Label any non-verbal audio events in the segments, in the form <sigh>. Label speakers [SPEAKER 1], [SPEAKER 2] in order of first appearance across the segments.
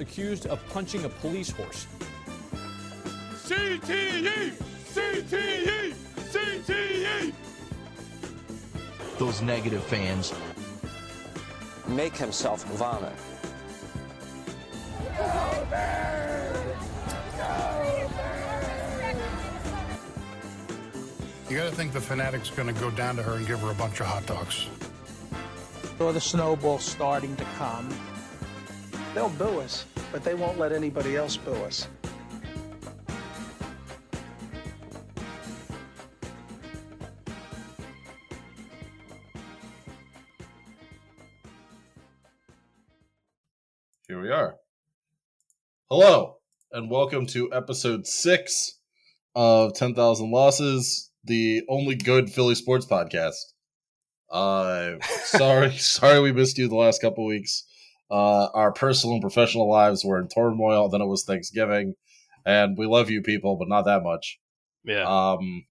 [SPEAKER 1] accused of punching a police horse.
[SPEAKER 2] CTE! CTE! CTE!
[SPEAKER 3] Those negative fans.
[SPEAKER 4] make himself vomit.
[SPEAKER 5] You gotta think the fanatic's gonna go down to her and give her a bunch of hot dogs.
[SPEAKER 6] Or the snowball starting to come. They'll boo us, but they won't let anybody else boo us.
[SPEAKER 7] Here we are. Hello, and welcome to episode six of 10,000 Losses, the only good Philly sports podcast. Uh, sorry, sorry we missed you the last couple weeks. Uh, our personal and professional lives were in turmoil, then it was Thanksgiving, and we love you people, but not that much.
[SPEAKER 8] Yeah.
[SPEAKER 7] Um,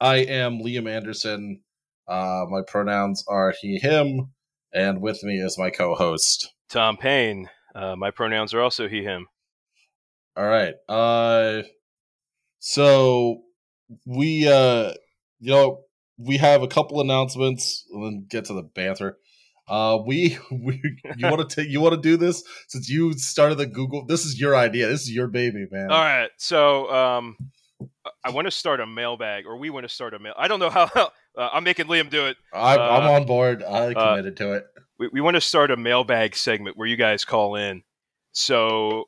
[SPEAKER 7] I am Liam Anderson. Uh, my pronouns are he, him, and with me is my co host.
[SPEAKER 8] Tom Payne. Uh, my pronouns are also he, him.
[SPEAKER 7] All right. Uh so we uh you know we have a couple announcements and then get to the banter. Uh we, <laughs> we you want to take you want to do this since you started the Google this is your idea. This is your baby, man.
[SPEAKER 8] All right. So um, I- I want to start a mailbag, or we want to start a mail. I don't know how. Uh, I'm making Liam do it.
[SPEAKER 7] I I'm
[SPEAKER 8] Uh,
[SPEAKER 7] on board. I
[SPEAKER 8] uh,
[SPEAKER 7] committed to it.
[SPEAKER 8] We, we want to start a mailbag segment where you guys call in. So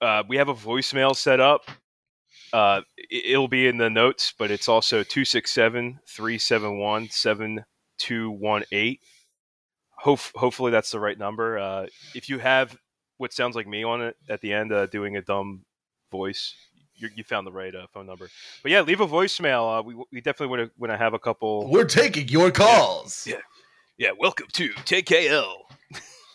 [SPEAKER 8] uh, we have a voicemail set up. Uh, it- it'll be in the notes, but it's also 267 371 7218. Hopefully, that's the right number. Uh, if you have what sounds like me on it at the end, uh, doing a dumb voice, you, you found the right uh, phone number. But yeah, leave a voicemail. Uh, we, we definitely want to want to have a couple.
[SPEAKER 7] We're taking your calls.
[SPEAKER 8] <laughs> Yeah. Yeah, welcome to TKL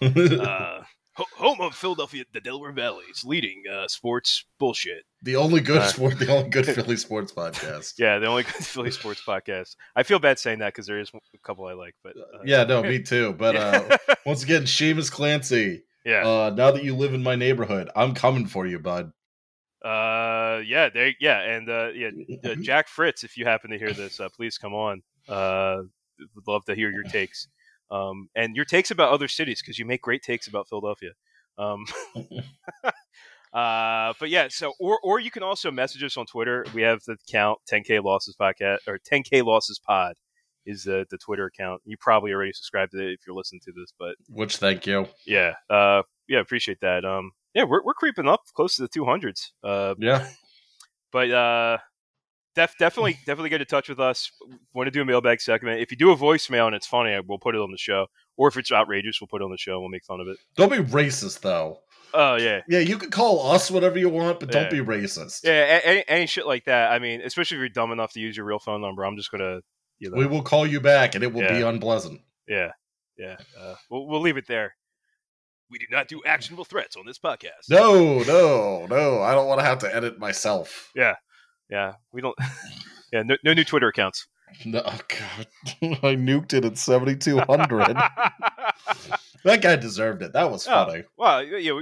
[SPEAKER 8] uh, ho- home of Philadelphia, the Delaware Valley's leading uh, sports bullshit.
[SPEAKER 7] <laughs> the only good
[SPEAKER 8] uh,
[SPEAKER 7] <laughs> sport the
[SPEAKER 8] <laughs>
[SPEAKER 7] only good Philly sports podcast.
[SPEAKER 8] Yeah, the only <laughs> good Philly sports podcast. I feel bad saying that because there is a couple I like, but uh,
[SPEAKER 7] Yeah, no, me too.
[SPEAKER 8] <laughs>
[SPEAKER 7] But uh
[SPEAKER 8] yeah.
[SPEAKER 7] once again, Seamus Clancy.
[SPEAKER 8] yeah,
[SPEAKER 7] <laughs> Uh, now that you live in my neighborhood, I'm coming for you, bud.
[SPEAKER 8] uh, yeah, there, yeah, and uh, yeah, uh,
[SPEAKER 7] Mm-hmm.
[SPEAKER 8] Jack Fritz, if you happen to hear this, uh, please come on. Uh, would love to hear your takes, um, and your takes about other cities because you make great takes about Philadelphia. Um, <laughs> uh, but yeah, so or or you can also message us on Twitter. We have the account 10K Losses Podcast or 10K Losses Pod is the the Twitter account. You probably already subscribed to it if you're listening to this, but
[SPEAKER 7] Which, thank you.
[SPEAKER 8] yeah, uh, yeah, appreciate that. Um, yeah, we're we're creeping up close to the 200s. Uh,
[SPEAKER 7] Yeah.
[SPEAKER 8] but uh def- <laughs> definitely definitely get in touch with us want to do a mailbag segment if you do a voicemail and it's funny we'll put it on the show or if it's outrageous we'll put it on the show and we'll make fun of it
[SPEAKER 7] Don't be racist, though.
[SPEAKER 8] oh yeah
[SPEAKER 7] Yeah, you can call us whatever you want, but don't
[SPEAKER 8] Yeah.
[SPEAKER 7] be racist.
[SPEAKER 8] yeah a- any, any shit like that i mean especially if you're dumb enough to use your real phone number i'm just gonna you know
[SPEAKER 7] We will call you back, and it will be unpleasant.
[SPEAKER 8] yeah yeah uh, we'll, we'll leave it there we do not do actionable threats on this podcast
[SPEAKER 7] No, no, no. I don't want to have to edit myself.
[SPEAKER 8] yeah we don't <laughs> yeah no, no new twitter accounts
[SPEAKER 7] No, oh, God. <laughs> I nuked it
[SPEAKER 8] <laughs>
[SPEAKER 7] at 7,200. that guy deserved it. That was
[SPEAKER 8] Oh.
[SPEAKER 7] funny.
[SPEAKER 8] Well, you know,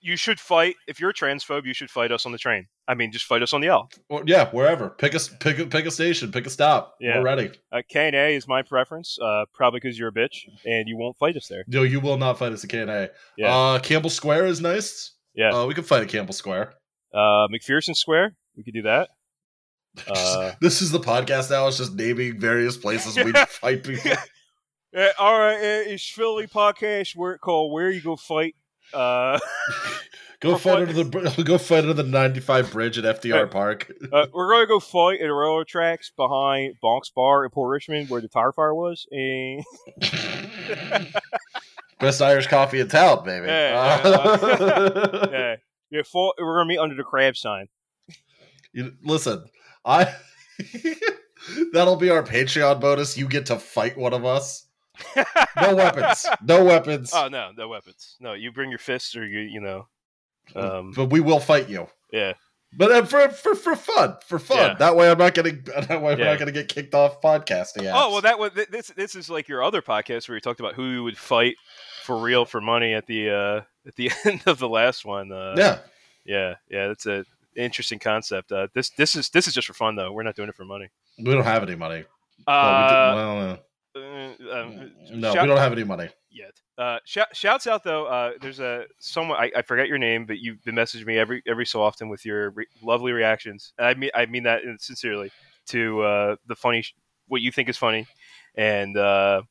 [SPEAKER 8] you should fight. If you're a transphobe, you should fight us on the train. I mean, just fight us on the L.
[SPEAKER 7] Or, yeah, wherever. Pick a, pick, a, pick a station, pick a stop.
[SPEAKER 8] Yeah.
[SPEAKER 7] We're ready.
[SPEAKER 8] Uh, K and A is my preference, uh, probably because you're a bitch and you won't fight us there.
[SPEAKER 7] No, you will not fight us at K&A.
[SPEAKER 8] Yeah.
[SPEAKER 7] Uh, Campbell Square is nice.
[SPEAKER 8] Yeah.
[SPEAKER 7] Uh, we can fight at Campbell Square.
[SPEAKER 8] Uh, McPherson Square, we could do that. Uh,
[SPEAKER 7] <laughs> this is the podcast now. It's just naming various places
[SPEAKER 8] <laughs>
[SPEAKER 7] we
[SPEAKER 8] Yeah.
[SPEAKER 7] fight people.
[SPEAKER 8] Eh, all right, it's Philly podcast where it called "Where You Go Fight." Uh,
[SPEAKER 7] Go
[SPEAKER 8] For
[SPEAKER 7] fight
[SPEAKER 8] fun.
[SPEAKER 7] under the br- <laughs> go fight under the ninety five bridge at FDR Park.
[SPEAKER 8] uh, we're gonna go fight at railroad tracks behind Bonk's Bar in Port Richmond, where the tire fire was, and <laughs>
[SPEAKER 7] Best Irish coffee in town, baby.
[SPEAKER 8] Yeah,
[SPEAKER 7] Uh, <laughs>
[SPEAKER 8] yeah, yeah, fall, we're gonna meet under the crab sign.
[SPEAKER 7] you- listen, I <laughs> that'll be our Patreon bonus. You get to fight one
[SPEAKER 8] <laughs>
[SPEAKER 7] of us. No weapons. No weapons.
[SPEAKER 8] Oh no, no weapons. No, you bring your fists or you you know. Um,
[SPEAKER 7] but we will fight you.
[SPEAKER 8] yeah,
[SPEAKER 7] But uh, for for for fun, for fun.
[SPEAKER 8] Yeah.
[SPEAKER 7] That way, I'm not getting. <laughs> That way, we're
[SPEAKER 8] Yeah.
[SPEAKER 7] not going to get kicked off podcasting. Apps.
[SPEAKER 8] Oh well, that was th- this. This is like your other podcast where you talked about who you would fight for real for money at the uh, at the <laughs> end of the last one. Uh,
[SPEAKER 7] yeah.
[SPEAKER 8] yeah, yeah. That's a interesting concept. Uh, this this is this is just for fun though. We're not doing it for money.
[SPEAKER 7] We don't have any money.
[SPEAKER 8] Uh,
[SPEAKER 7] well,
[SPEAKER 8] uh,
[SPEAKER 7] we
[SPEAKER 8] um,
[SPEAKER 7] did, well, no,
[SPEAKER 8] shout-
[SPEAKER 7] we don't have any money.
[SPEAKER 8] yet. Uh, shout, shouts out though. Uh, there's a someone I, I forget your name, but you've been messaging me every every so often with your re- lovely reactions. And I mean I mean that uh, sincerely to uh, the funny sh- what you think is funny, and uh,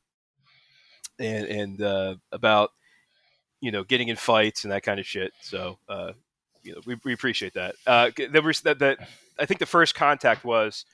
[SPEAKER 8] and and uh, about you know getting in fights and that kind of shit. So uh, you know we, we appreciate that. Uh, g- there was that, that I think the first contact was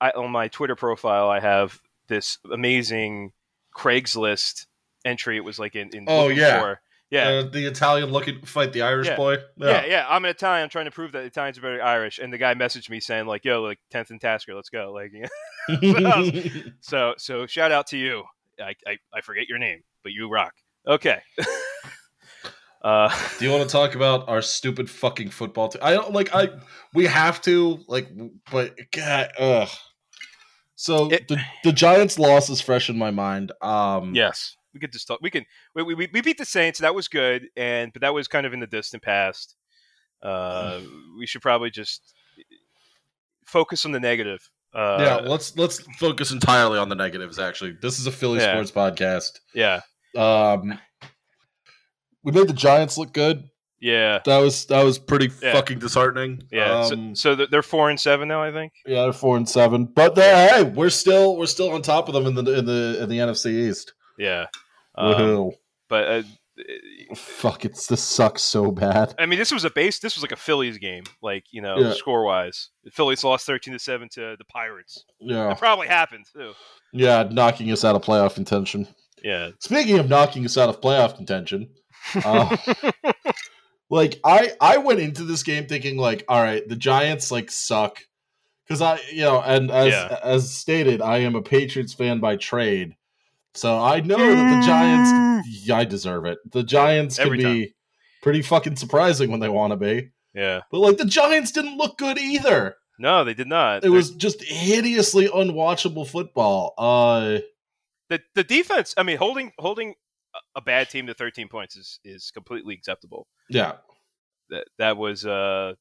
[SPEAKER 8] I, on my Twitter profile. I have this amazing Craigslist entry. It was like in, in
[SPEAKER 7] Oh,
[SPEAKER 8] looking
[SPEAKER 7] yeah.
[SPEAKER 8] for- yeah.
[SPEAKER 7] Uh, the Italian looking fight the Irish
[SPEAKER 8] Yeah.
[SPEAKER 7] boy.
[SPEAKER 8] yeah, yeah, I'm an Italian. I'm trying to prove that Italians are very Irish. And the guy messaged me saying like, "Yo, like tenth and Tasker, let's go." Like, yeah. <laughs> so so shout out to you. I, I I forget your name, but you rock. Okay. <laughs> uh,
[SPEAKER 7] <laughs>
[SPEAKER 8] <laughs>
[SPEAKER 7] Do you want to talk about our stupid fucking football team? I don't like. I we have to like, but God, ugh. So
[SPEAKER 8] It-
[SPEAKER 7] the the Giants' loss is fresh in my mind. Um,
[SPEAKER 8] yes, we could just talk. We can. We, we, we beat the Saints. That was good, and but that was kind of in the distant past. Uh,
[SPEAKER 7] Mm.
[SPEAKER 8] we should probably just focus on the negative. Uh,
[SPEAKER 7] yeah. Let's let's focus entirely on the negatives. Actually, this is a Philly
[SPEAKER 8] Yeah.
[SPEAKER 7] sports podcast.
[SPEAKER 8] yeah,
[SPEAKER 7] Um, we made the Giants look good.
[SPEAKER 8] yeah,
[SPEAKER 7] That was that was pretty
[SPEAKER 8] Yeah.
[SPEAKER 7] fucking disheartening.
[SPEAKER 8] yeah. so
[SPEAKER 7] Um,
[SPEAKER 8] so they're- they're four and seven now, I think.
[SPEAKER 7] yeah, they're four and seven, but they're, hey, we're still we're still on top of them in the in the in the NFC East.
[SPEAKER 8] Yeah. Um,
[SPEAKER 7] Woohoo!
[SPEAKER 8] but uh,
[SPEAKER 7] Fuck, it's this sucks
[SPEAKER 8] <laughs>
[SPEAKER 7] so bad.
[SPEAKER 8] I mean, this was a base. This was like a Phillies game, like you know,
[SPEAKER 7] Yeah.
[SPEAKER 8] score wise. The Phillies lost thirteen to seven to the Pirates.
[SPEAKER 7] Yeah,
[SPEAKER 8] That <laughs> probably happened too.
[SPEAKER 7] yeah, knocking us out of playoff contention.
[SPEAKER 8] Yeah,
[SPEAKER 7] Speaking of knocking us out of playoff contention,
[SPEAKER 8] <laughs>
[SPEAKER 7] uh, like I I went into this game thinking like, all right, the Giants like suck because I you know, and as
[SPEAKER 8] Yeah.
[SPEAKER 7] as stated, I am a Patriots fan by trade, so I know that the Giants. Yeah, I deserve it. The Giants can
[SPEAKER 8] Every
[SPEAKER 7] be pretty fucking surprising when they want to be,
[SPEAKER 8] yeah.
[SPEAKER 7] but like the Giants didn't look good either.
[SPEAKER 8] No, they did not.
[SPEAKER 7] It was just hideously unwatchable football. Uh,
[SPEAKER 8] the the defense. I mean, holding holding a- a bad team to thirteen points is is completely acceptable.
[SPEAKER 7] yeah.
[SPEAKER 8] That that was uh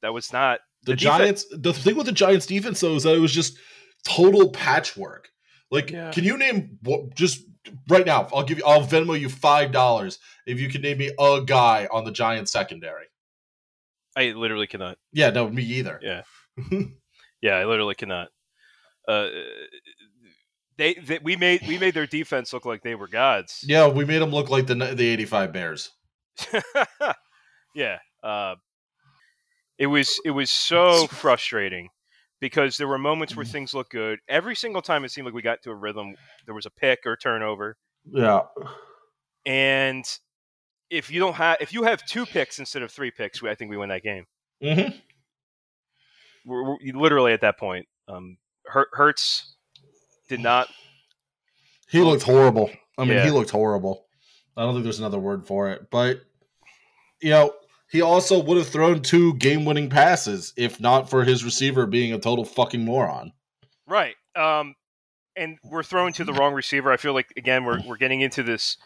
[SPEAKER 8] that was not
[SPEAKER 7] the,
[SPEAKER 8] The defen-
[SPEAKER 7] Giants. The thing with the Giants defense though is that it was just total patchwork. Like,
[SPEAKER 8] Yeah.
[SPEAKER 7] can you name what, just right now? I'll give you. I'll Venmo you five dollars if you can name me a guy on the Giants secondary.
[SPEAKER 8] I literally cannot.
[SPEAKER 7] Yeah, no, me either.
[SPEAKER 8] Yeah. Yeah, I literally cannot. Uh, they, they we made we made their defense look like they were gods.
[SPEAKER 7] Yeah, we made them look like the the eighty five Bears.
[SPEAKER 8] <laughs> yeah. Uh, it was it was so frustrating because there were moments where things looked good. Every single time it seemed like we got to a rhythm, there was a pick or turnover.
[SPEAKER 7] Yeah,
[SPEAKER 8] And if you don't have if you have two picks instead of three picks, we, I think we win that game.
[SPEAKER 7] hmm
[SPEAKER 8] We're, we're literally at that point. Um, Hur- Hurts did not.
[SPEAKER 7] he looked horrible. I mean,
[SPEAKER 8] Yeah.
[SPEAKER 7] he looked horrible. I don't think there's another word for it, but you know. He also would have thrown two game-winning passes if not for his receiver being a total fucking moron.
[SPEAKER 8] Right. Um, and we're thrown to the wrong receiver. I feel like again we're we're getting into this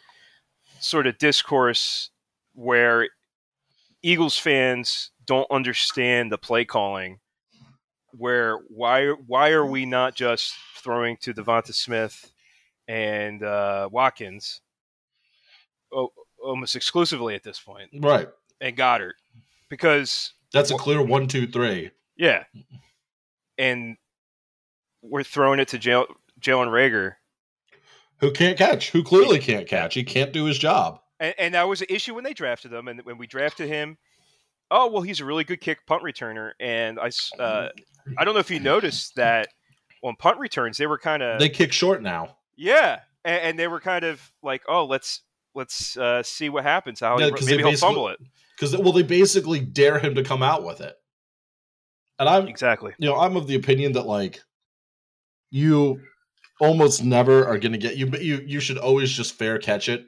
[SPEAKER 8] sort of discourse where Eagles fans don't understand the play calling. Where why why are we not just throwing to Devonta Smith and uh, Watkins o- almost exclusively at this point
[SPEAKER 7] Right.
[SPEAKER 8] and Goddard because
[SPEAKER 7] That's a clear one, two, three.
[SPEAKER 8] yeah. And we're throwing it to Jalen Jalen Rager.
[SPEAKER 7] Who can't catch? Who clearly can't catch? He can't do his job.
[SPEAKER 8] And, and that was an issue when they drafted him. And when we drafted him, oh, well, he's a really good kick punt returner. And I, s- uh, I don't know if you noticed that on punt returns, they were kind of,
[SPEAKER 7] They kick short now.
[SPEAKER 8] yeah. And, and they were kind of like, oh, let's, let's uh, see what happens. How he-
[SPEAKER 7] Yeah, 'cause they
[SPEAKER 8] maybe he'll
[SPEAKER 7] basically-
[SPEAKER 8] fumble it.
[SPEAKER 7] Because well, they basically dare him to come out with it. And I'm
[SPEAKER 8] Exactly.
[SPEAKER 7] you know, I'm of the opinion that like you almost never are gonna get you you you should always just fair catch it.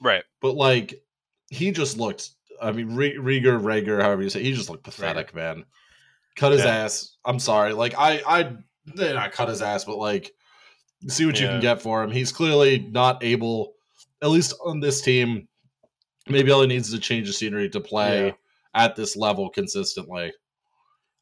[SPEAKER 8] Right.
[SPEAKER 7] But like he just looked I mean Re- Rieger, Rager, however you say, he just looked pathetic, man. Cut his
[SPEAKER 8] Yeah.
[SPEAKER 7] ass. I'm sorry. Like I I eh, not cut his ass, but like see what you
[SPEAKER 8] Yeah.
[SPEAKER 7] can get for him. He's clearly not able, at least on this team, maybe all he needs is a change of scenery to play
[SPEAKER 8] Yeah.
[SPEAKER 7] at this level consistently.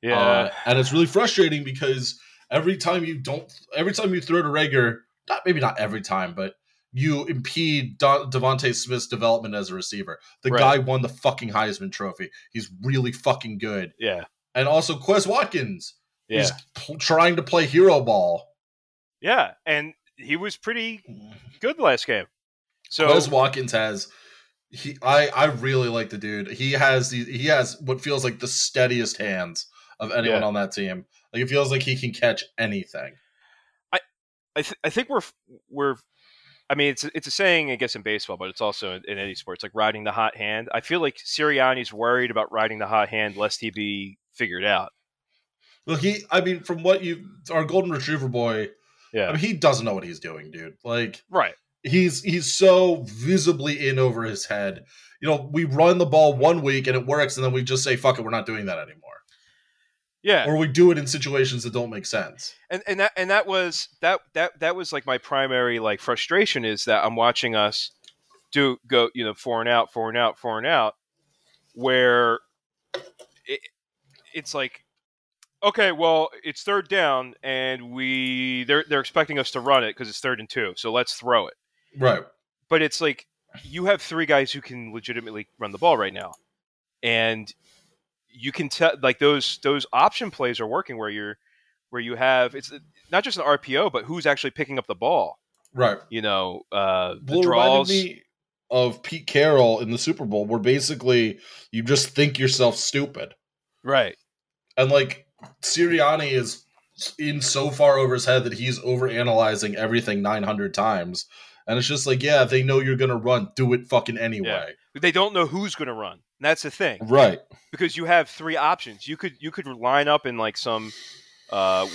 [SPEAKER 8] Yeah.
[SPEAKER 7] Uh, and it's really frustrating because every time you don't, every time you throw to Rager, not maybe not every time, but you impede Don, Devonte Smith's development as a receiver. The
[SPEAKER 8] Right.
[SPEAKER 7] guy won the fucking Heisman Trophy. He's really fucking good.
[SPEAKER 8] yeah.
[SPEAKER 7] And also, Quez Watkins.
[SPEAKER 8] Yeah.
[SPEAKER 7] He's pl- trying to play hero ball.
[SPEAKER 8] yeah. And he was pretty good last game. So
[SPEAKER 7] Quez Watkins has he I I really like the dude. He has the he has what feels like the steadiest hands of anyone
[SPEAKER 8] Yeah.
[SPEAKER 7] on that team. Like it feels like he can catch anything.
[SPEAKER 8] I, th- I think we're f- we're I mean it's it's a saying I guess in baseball, but it's also in, in any sports like riding the hot hand. I feel like Sirianni's worried about riding the hot hand lest he be figured out.
[SPEAKER 7] Look, he I mean from what you our golden retriever boy,
[SPEAKER 8] Yeah,
[SPEAKER 7] I mean, he doesn't know what he's doing, dude. Like
[SPEAKER 8] right.
[SPEAKER 7] he's he's so visibly in over his head. You know, we run the ball one week and it works and then we just say fuck it, we're not doing that anymore.
[SPEAKER 8] Yeah,
[SPEAKER 7] Or we do it in situations that don't make sense.
[SPEAKER 8] and and that and that was that that that was like my primary like frustration is that I'm watching us do go you know four and out, four and out, four and out, where it, it's like. Okay, well, it's third down, and we they're they're expecting us to run it because it's third and two. So let's throw it.
[SPEAKER 7] Right.
[SPEAKER 8] but it's like you have three guys who can legitimately run the ball right now and you can tell like those those option plays are working where you're where you have it's not just an rpo but who's actually picking up the ball
[SPEAKER 7] Right.
[SPEAKER 8] you know uh the
[SPEAKER 7] well, it
[SPEAKER 8] draws
[SPEAKER 7] reminded me of Pete Carroll in the Super Bowl, where basically you just think yourself stupid,
[SPEAKER 8] right
[SPEAKER 7] and like Sirianni is in so far over his head that he's overanalyzing everything nine hundred times, and it's just like, yeah, they know you're gonna run, do it fucking anyway,
[SPEAKER 8] they don't know who's going to run and that's the thing
[SPEAKER 7] right?
[SPEAKER 8] because you have three options you could you could line up in like some uh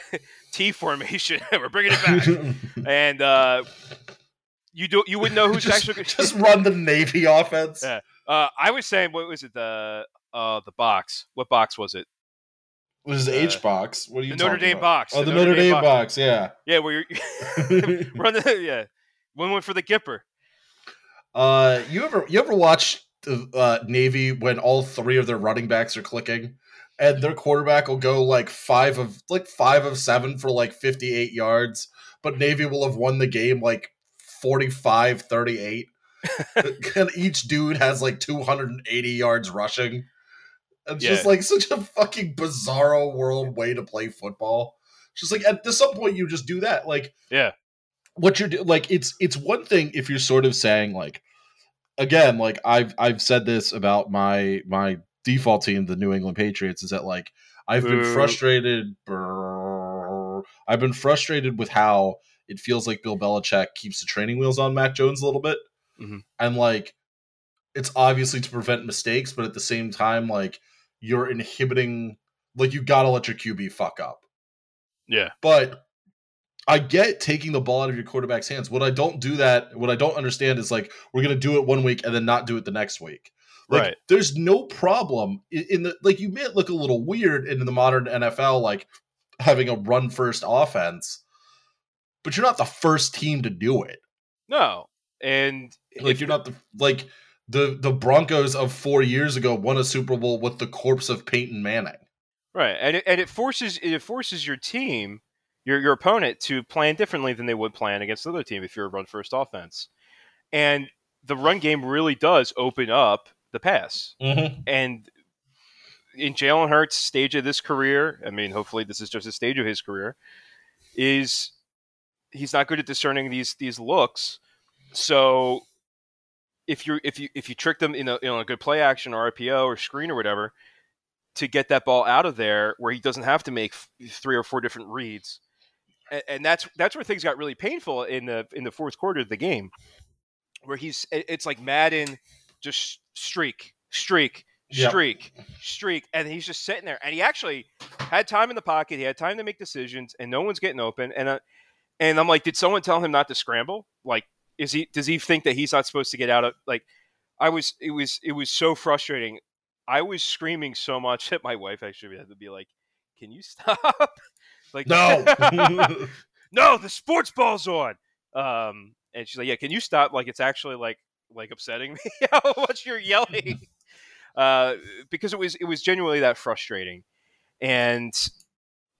[SPEAKER 8] <laughs> t formation <laughs> we're bringing it back
[SPEAKER 7] <laughs>
[SPEAKER 8] and uh you do you wouldn't know who's
[SPEAKER 7] just,
[SPEAKER 8] actually gonna-
[SPEAKER 7] <laughs> just run the Navy <laughs> offense.
[SPEAKER 8] Yeah. Uh, I was saying, what was it? The uh, the box. What box was it?
[SPEAKER 7] What is the
[SPEAKER 8] Uh,
[SPEAKER 7] H box? What are you
[SPEAKER 8] The Notre
[SPEAKER 7] talking
[SPEAKER 8] Dame
[SPEAKER 7] about?
[SPEAKER 8] box.
[SPEAKER 7] Oh, the, Notre, Dame, box. Yeah.
[SPEAKER 8] Yeah, <laughs> where you're running. Yeah, one went for the Gipper.
[SPEAKER 7] Uh, you ever you ever watch the uh, Navy when all three of their running backs are clicking, and their quarterback will go like five of like five of seven for like fifty eight yards, but Navy will have won the game like 45 38
[SPEAKER 8] <laughs>
[SPEAKER 7] and each dude has like 280 yards rushing it's just
[SPEAKER 8] Yeah.
[SPEAKER 7] like such a fucking bizarro world way to play football it's just like at this- some point you just do that like
[SPEAKER 8] Yeah.
[SPEAKER 7] what you're do- like it's it's one thing if you're sort of saying like again like i've i've said this about my my default team the new england patriots is that like i've been
[SPEAKER 8] Boo.
[SPEAKER 7] frustrated brrr, i've been frustrated with how it feels like bill belichick keeps the training wheels on mac jones a little bit
[SPEAKER 8] Mhm.
[SPEAKER 7] and like it's obviously to prevent mistakes but at the same time like you're inhibiting like you gotta let your qb fuck up
[SPEAKER 8] Yeah.
[SPEAKER 7] but I get taking the ball out of your quarterback's hands. What I don't do that, what I don't understand is like we're gonna do it one week and then not do it the next week. Like,
[SPEAKER 8] Right.
[SPEAKER 7] There's no problem i- in the like you may look a little weird in the modern NFL, like having a run first offense, but you're not the first team to do it.
[SPEAKER 8] No, and
[SPEAKER 7] Like you're not the like the the Broncos of four years ago won a Super Bowl with the corpse of Peyton Manning.
[SPEAKER 8] right, and it, and it forces it forces your team, your your opponent, to plan differently than they would plan against the other team if you're a run first offense, and the run game really does open up the pass.
[SPEAKER 7] Mm-hmm.
[SPEAKER 8] and in Jalen Hurts' stage of this career, I mean, hopefully this is just a stage of his career, is he's not good at discerning these these looks. So if you if you if you trick them in a, in a good play action or RPO or screen or whatever to get that ball out of there where he doesn't have to make f- three or four different reads. And, and that's that's where things got really painful in the in the fourth quarter of the game where he's it- it's like Madden just streak streak
[SPEAKER 7] Yep.
[SPEAKER 8] streak streak and he's just sitting there and he actually had time in the pocket he had time to make decisions and no one's getting open and uh, and I'm like did someone tell him not to scramble like is he does he think that he's not supposed to get out of like I was it was it was so frustrating I was screaming so much <laughs> at my wife actually had to be like can you stop <laughs> like <laughs>
[SPEAKER 7] No. <laughs>
[SPEAKER 8] no, the sports ball's on. Um, and she's like, yeah, can you stop? Like, it's actually like like upsetting me <laughs> how much you're yelling uh, because it was it was genuinely that frustrating and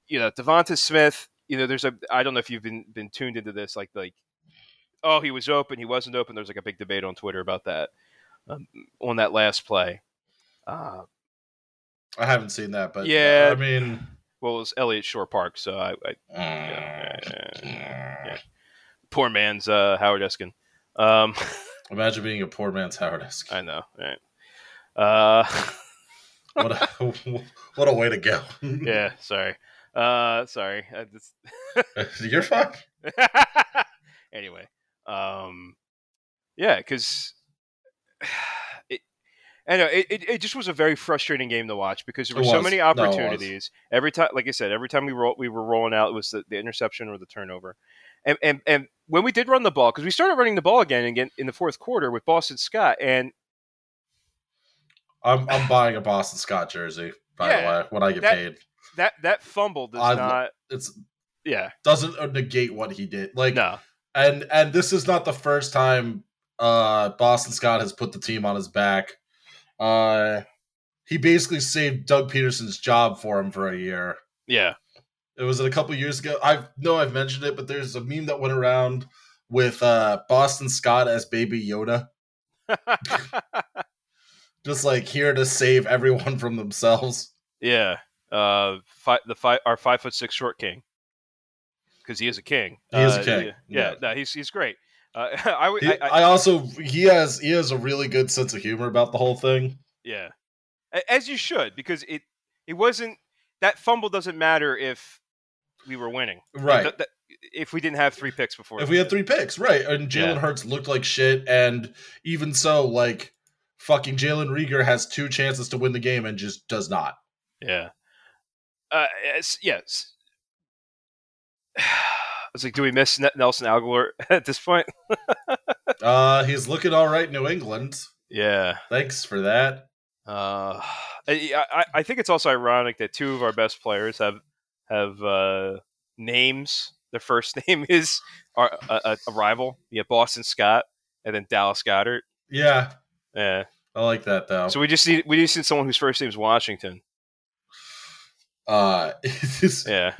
[SPEAKER 8] you know Devonta Smith you know there's a I don't know if you've been been tuned into this like like oh he was open he wasn't open there's like a big debate on Twitter about that um, on that last play uh,
[SPEAKER 7] I haven't seen that, but
[SPEAKER 8] Yeah.
[SPEAKER 7] I mean,
[SPEAKER 8] well it was Elliott Shore Park so I, I yeah, yeah,
[SPEAKER 7] Mm.
[SPEAKER 8] yeah. poor man's uh, Howard Eskin um
[SPEAKER 7] imagine being a poor man's Howard Eskin.
[SPEAKER 8] I know right uh <laughs>
[SPEAKER 7] What a, <laughs> what a way to go.
[SPEAKER 8] yeah, sorry. Uh, sorry. I just... <laughs>
[SPEAKER 7] <laughs> You're fine.
[SPEAKER 8] anyway, um, yeah, because <sighs> it, I know it, it, it just was a very frustrating game to watch because there
[SPEAKER 7] It
[SPEAKER 8] were so
[SPEAKER 7] was.
[SPEAKER 8] many
[SPEAKER 7] No, it was.
[SPEAKER 8] opportunities. every time, like I said, every time we roll, we were rolling out it was the, the interception or the turnover, and and and when we did run the ball because we started running the ball again again in the fourth quarter with Boston Scott and
[SPEAKER 7] I'm I'm buying a Boston Scott jersey. By
[SPEAKER 8] Yeah,
[SPEAKER 7] the way, when I get
[SPEAKER 8] that-
[SPEAKER 7] paid,
[SPEAKER 8] that that fumble does
[SPEAKER 7] I lo-
[SPEAKER 8] not.
[SPEAKER 7] it's
[SPEAKER 8] Yeah,
[SPEAKER 7] doesn't negate what he did. Like,
[SPEAKER 8] no,
[SPEAKER 7] and and this is not the first time uh Boston Scott has put the team on his back. Uh, he basically saved Doug Peterson's job for him for a year.
[SPEAKER 8] yeah,
[SPEAKER 7] It was a couple years ago. I know I've mentioned it, but there's a meme that went around with uh Boston Scott as Baby Yoda.
[SPEAKER 8] <laughs>
[SPEAKER 7] just like here to save everyone from themselves.
[SPEAKER 8] Yeah. Uh, fi- the five, our five foot six short king, because he is a king.
[SPEAKER 7] He is a
[SPEAKER 8] Uh,
[SPEAKER 7] king,
[SPEAKER 8] Yeah, yeah, no, he's he's great. Uh, <laughs> I would.
[SPEAKER 7] He-
[SPEAKER 8] I, I,
[SPEAKER 7] I, also he has he has a really good sense of humor about the whole thing.
[SPEAKER 8] yeah, A- as you should, because it it wasn't that fumble doesn't matter if we were winning.
[SPEAKER 7] Right.
[SPEAKER 8] Th- th- if we didn't have three picks before,
[SPEAKER 7] if we had three picks, right. And Jalen
[SPEAKER 8] Yeah.
[SPEAKER 7] Hurts looked like shit and even so like fucking Jalen Rieger has two chances to win the game and just
[SPEAKER 8] <laughs>
[SPEAKER 7] does not.
[SPEAKER 8] yeah. Uh, yes. yes. <sighs> I was like, do we miss N- Nelson Aguilar <laughs> at this point?
[SPEAKER 7] Uh he's looking all right in New England.
[SPEAKER 8] Yeah.
[SPEAKER 7] Thanks for that.
[SPEAKER 8] Uh, I, I, I think it's also ironic that two of our best players have have uh, names. Their first <laughs> name is our, a, a- a rival. Yeah, Boston Scott, and then Dallas Goddard.
[SPEAKER 7] Yeah.
[SPEAKER 8] Yeah.
[SPEAKER 7] I like that though.
[SPEAKER 8] So we just need we just need someone whose first name is Washington.
[SPEAKER 7] uh <laughs> it's just-
[SPEAKER 8] Yeah.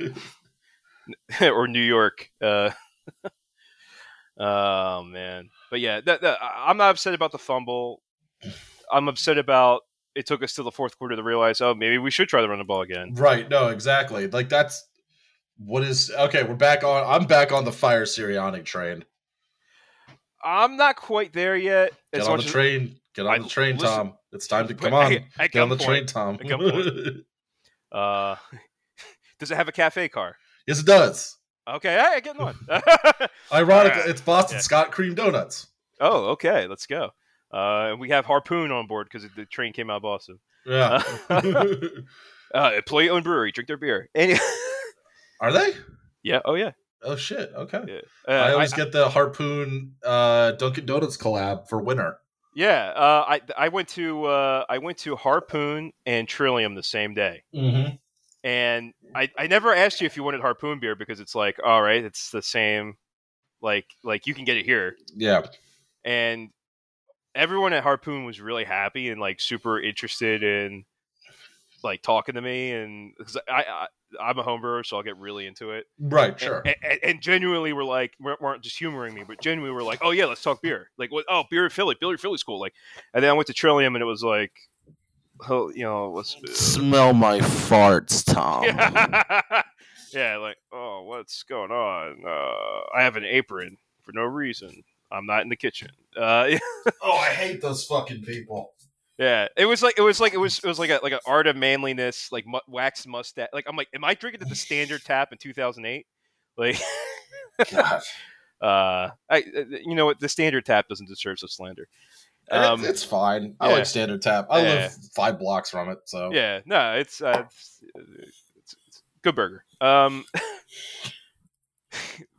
[SPEAKER 8] <laughs> or New York. Uh, <laughs> oh man. But yeah, that, that, I- I'm not upset about the fumble. I'm upset about it took us to the fourth quarter to realize, oh, maybe we should try to run the ball again.
[SPEAKER 7] Right. No, exactly. Like that's what is okay. We're back on. I'm back on the fire Sirianni train.
[SPEAKER 8] I'm not quite there yet.
[SPEAKER 7] Get
[SPEAKER 8] as
[SPEAKER 7] on
[SPEAKER 8] much
[SPEAKER 7] the
[SPEAKER 8] as-
[SPEAKER 7] train. Get on
[SPEAKER 8] I-
[SPEAKER 7] the train,
[SPEAKER 8] listen-
[SPEAKER 7] Tom. It's time
[SPEAKER 8] <laughs>
[SPEAKER 7] to
[SPEAKER 8] Wait,
[SPEAKER 7] come on.
[SPEAKER 8] I- I
[SPEAKER 7] Get on the
[SPEAKER 8] gunpoint.
[SPEAKER 7] train, Tom.
[SPEAKER 8] At gunpoint. Uh, <laughs> does it have a cafe car?
[SPEAKER 7] <laughs> yes, it does.
[SPEAKER 8] Okay, all right,
[SPEAKER 7] <laughs>
[SPEAKER 8] getting one. <laughs>
[SPEAKER 7] Ironically,
[SPEAKER 8] Yeah.
[SPEAKER 7] it's Boston
[SPEAKER 8] Yeah.
[SPEAKER 7] Scott cream donuts.
[SPEAKER 8] oh, okay, let's go. Uh, we have Harpoon on board because the train came out of Boston. <laughs>
[SPEAKER 7] Yeah. <laughs>
[SPEAKER 8] Uh, employee owned brewery, drink their beer. Any- <laughs>
[SPEAKER 7] Are they?
[SPEAKER 8] yeah, oh yeah.
[SPEAKER 7] Oh shit. Okay.
[SPEAKER 8] yeah. Uh,
[SPEAKER 7] I always
[SPEAKER 8] I-
[SPEAKER 7] get the harpoon uh, Dunkin' Donuts collab for winter.
[SPEAKER 8] yeah, uh, I I went to uh, I went to Harpoon and Trillium the same day,
[SPEAKER 7] Mm-hmm.
[SPEAKER 8] and I, I never asked you if you wanted Harpoon beer because it's like all right, it's the same, like like you can get it here.
[SPEAKER 7] Yeah.
[SPEAKER 8] and everyone at Harpoon was really happy and like super interested in like talking to me and 'cause I, I I'm a homebrewer so I'll get really into it
[SPEAKER 7] Right. Sure.
[SPEAKER 8] and, and, and genuinely were like weren't, weren't just humoring me but genuinely were like oh yeah let's talk beer like what oh beer at Philly beer at Philly's cool like and then I went to Trillium and it was like oh you know what's
[SPEAKER 3] Smell my farts, Tom.
[SPEAKER 8] yeah. <laughs> yeah, like, oh, what's going on? Uh, I have an apron for no reason. I'm not in the kitchen. Uh, <laughs>
[SPEAKER 7] oh, I hate those fucking people.
[SPEAKER 8] Yeah, it was like it was like it was it was like a like an art of manliness, like mu- wax mustache. Like I'm like, am I drinking at the standard tap in 2008? Like,
[SPEAKER 7] God.
[SPEAKER 8] uh, I you know what? The standard tap doesn't deserve such slander.
[SPEAKER 7] And it's-
[SPEAKER 8] Um,
[SPEAKER 7] it's fine. I
[SPEAKER 8] yeah.
[SPEAKER 7] like standard tap. I
[SPEAKER 8] Yeah.
[SPEAKER 7] live five blocks from it, so
[SPEAKER 8] Yeah, no, it's uh, it's, it's, it's good burger. Um, <laughs>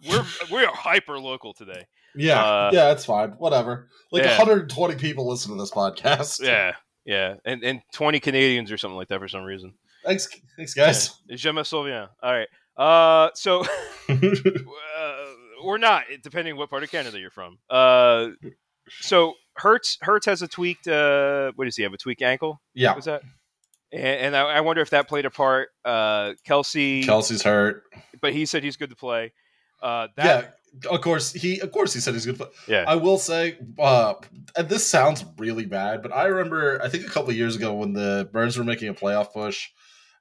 [SPEAKER 8] we're we are hyper local today.
[SPEAKER 7] yeah,
[SPEAKER 8] Uh,
[SPEAKER 7] yeah, it's fine. Whatever. Like
[SPEAKER 8] yeah.
[SPEAKER 7] 120 people listen to this podcast.
[SPEAKER 8] Yeah, yeah, and and 20 Canadians or something like that for some reason.
[SPEAKER 7] thanks, thanks, guys.
[SPEAKER 8] Je me souviens. All right. Uh, so. <laughs> uh, or not, it- depending what part of Canada you're from. Uh, so Hertz Hertz has a tweaked. Uh, what does he have? A tweaked ankle?
[SPEAKER 7] Yeah.
[SPEAKER 8] Was that? And, and I, I wonder if that played a part. Uh, Kelsey,
[SPEAKER 7] Kelsey's hurt.
[SPEAKER 8] but he said he's good to play. Uh, that,
[SPEAKER 7] yeah, of course he. Of course he said he's good. But
[SPEAKER 8] Yeah.
[SPEAKER 7] I will say, uh, and this sounds really bad, but I remember I think a couple of years ago when the Birds were making a playoff push,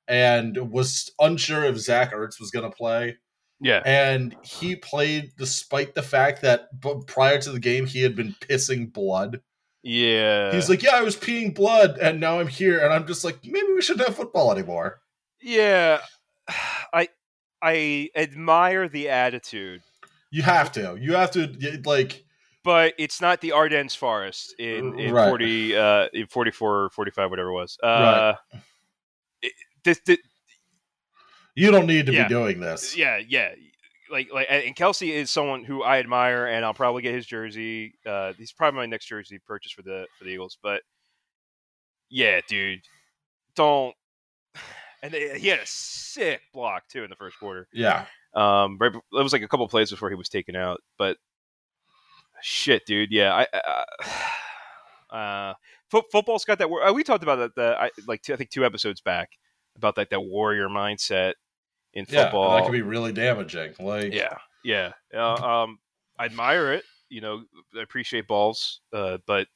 [SPEAKER 7] and was unsure if Zach Ertz was going to play,
[SPEAKER 8] yeah,
[SPEAKER 7] and he played despite the fact that b- prior to the game he had been pissing blood.
[SPEAKER 8] yeah.
[SPEAKER 7] He's like, "Yeah, I was peeing blood, and now I'm here," and I'm just like, maybe we shouldn't have football anymore.
[SPEAKER 8] yeah. I I admire the attitude,
[SPEAKER 7] You have to. You have to y- like.
[SPEAKER 8] but it's not the Ardennes Forest in, in
[SPEAKER 7] Right.
[SPEAKER 8] forty uh, in forty four or forty five, whatever it was. Uh,
[SPEAKER 7] Right.
[SPEAKER 8] it- this, this,
[SPEAKER 7] You don't need to
[SPEAKER 8] Yeah.
[SPEAKER 7] be doing this.
[SPEAKER 8] yeah, yeah. Like, like, and Kelsey is someone who I admire, and I'll probably get his jersey. Uh, he's probably my next jersey purchase for the for the Eagles. But yeah, dude, don't. <sighs> And they- he had a sick block too in the first quarter.
[SPEAKER 7] Yeah.
[SPEAKER 8] Um, right, be- it was like a couple plays before he was taken out. But shit, dude, yeah, I. Uh, <sighs> uh, fo- football's got that. wor- uh, We talked about that. The I, like two, I think two episodes back about like that warrior mindset in
[SPEAKER 7] Yeah,
[SPEAKER 8] football.
[SPEAKER 7] that can be really damaging. Like,
[SPEAKER 8] Yeah, yeah.
[SPEAKER 7] Mm-hmm.
[SPEAKER 8] Uh, um, I admire it. You know, I appreciate balls, uh, but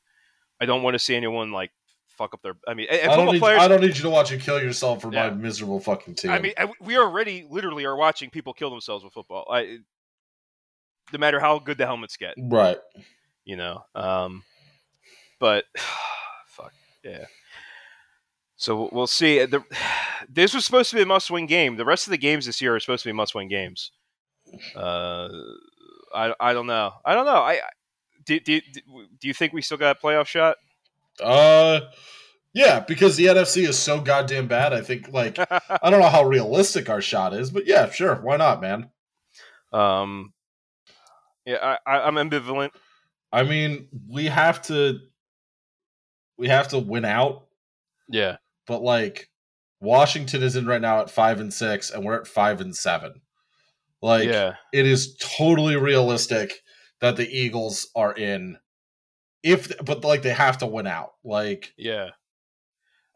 [SPEAKER 8] I don't want to see anyone like fuck up their. I mean, and- and
[SPEAKER 7] I don't,
[SPEAKER 8] football
[SPEAKER 7] need,
[SPEAKER 8] players.
[SPEAKER 7] I
[SPEAKER 8] I,
[SPEAKER 7] don't need you to watch you kill yourself for
[SPEAKER 8] Yeah.
[SPEAKER 7] my miserable fucking team.
[SPEAKER 8] mean, I, we already literally are watching people kill themselves with football. I, no matter how good the helmets get,
[SPEAKER 7] right?
[SPEAKER 8] you know. Um, but <sighs> fuck yeah. So we'll- we'll see. uh, The, <sighs> this was supposed to be a must-win game. The rest of the games this year are supposed to be must-win games. Uh, I I don't know. I don't know. I I- do, do, do you think we still got a playoff <laughs> shot?
[SPEAKER 7] Uh, yeah, because the NFC is so goddamn bad. I
[SPEAKER 8] <laughs>
[SPEAKER 7] think, like, I don't know how realistic our shot is, but yeah, sure, why not, man?
[SPEAKER 8] um, yeah, I, I, I'm ambivalent.
[SPEAKER 7] I mean, we have to, we have to win out,
[SPEAKER 8] Yeah,
[SPEAKER 7] but like, Washington is in right now at five and six, and we're at five and seven. Like,
[SPEAKER 8] yeah,
[SPEAKER 7] it is totally realistic that the Eagles are in. If but like they have to win out, like
[SPEAKER 8] yeah.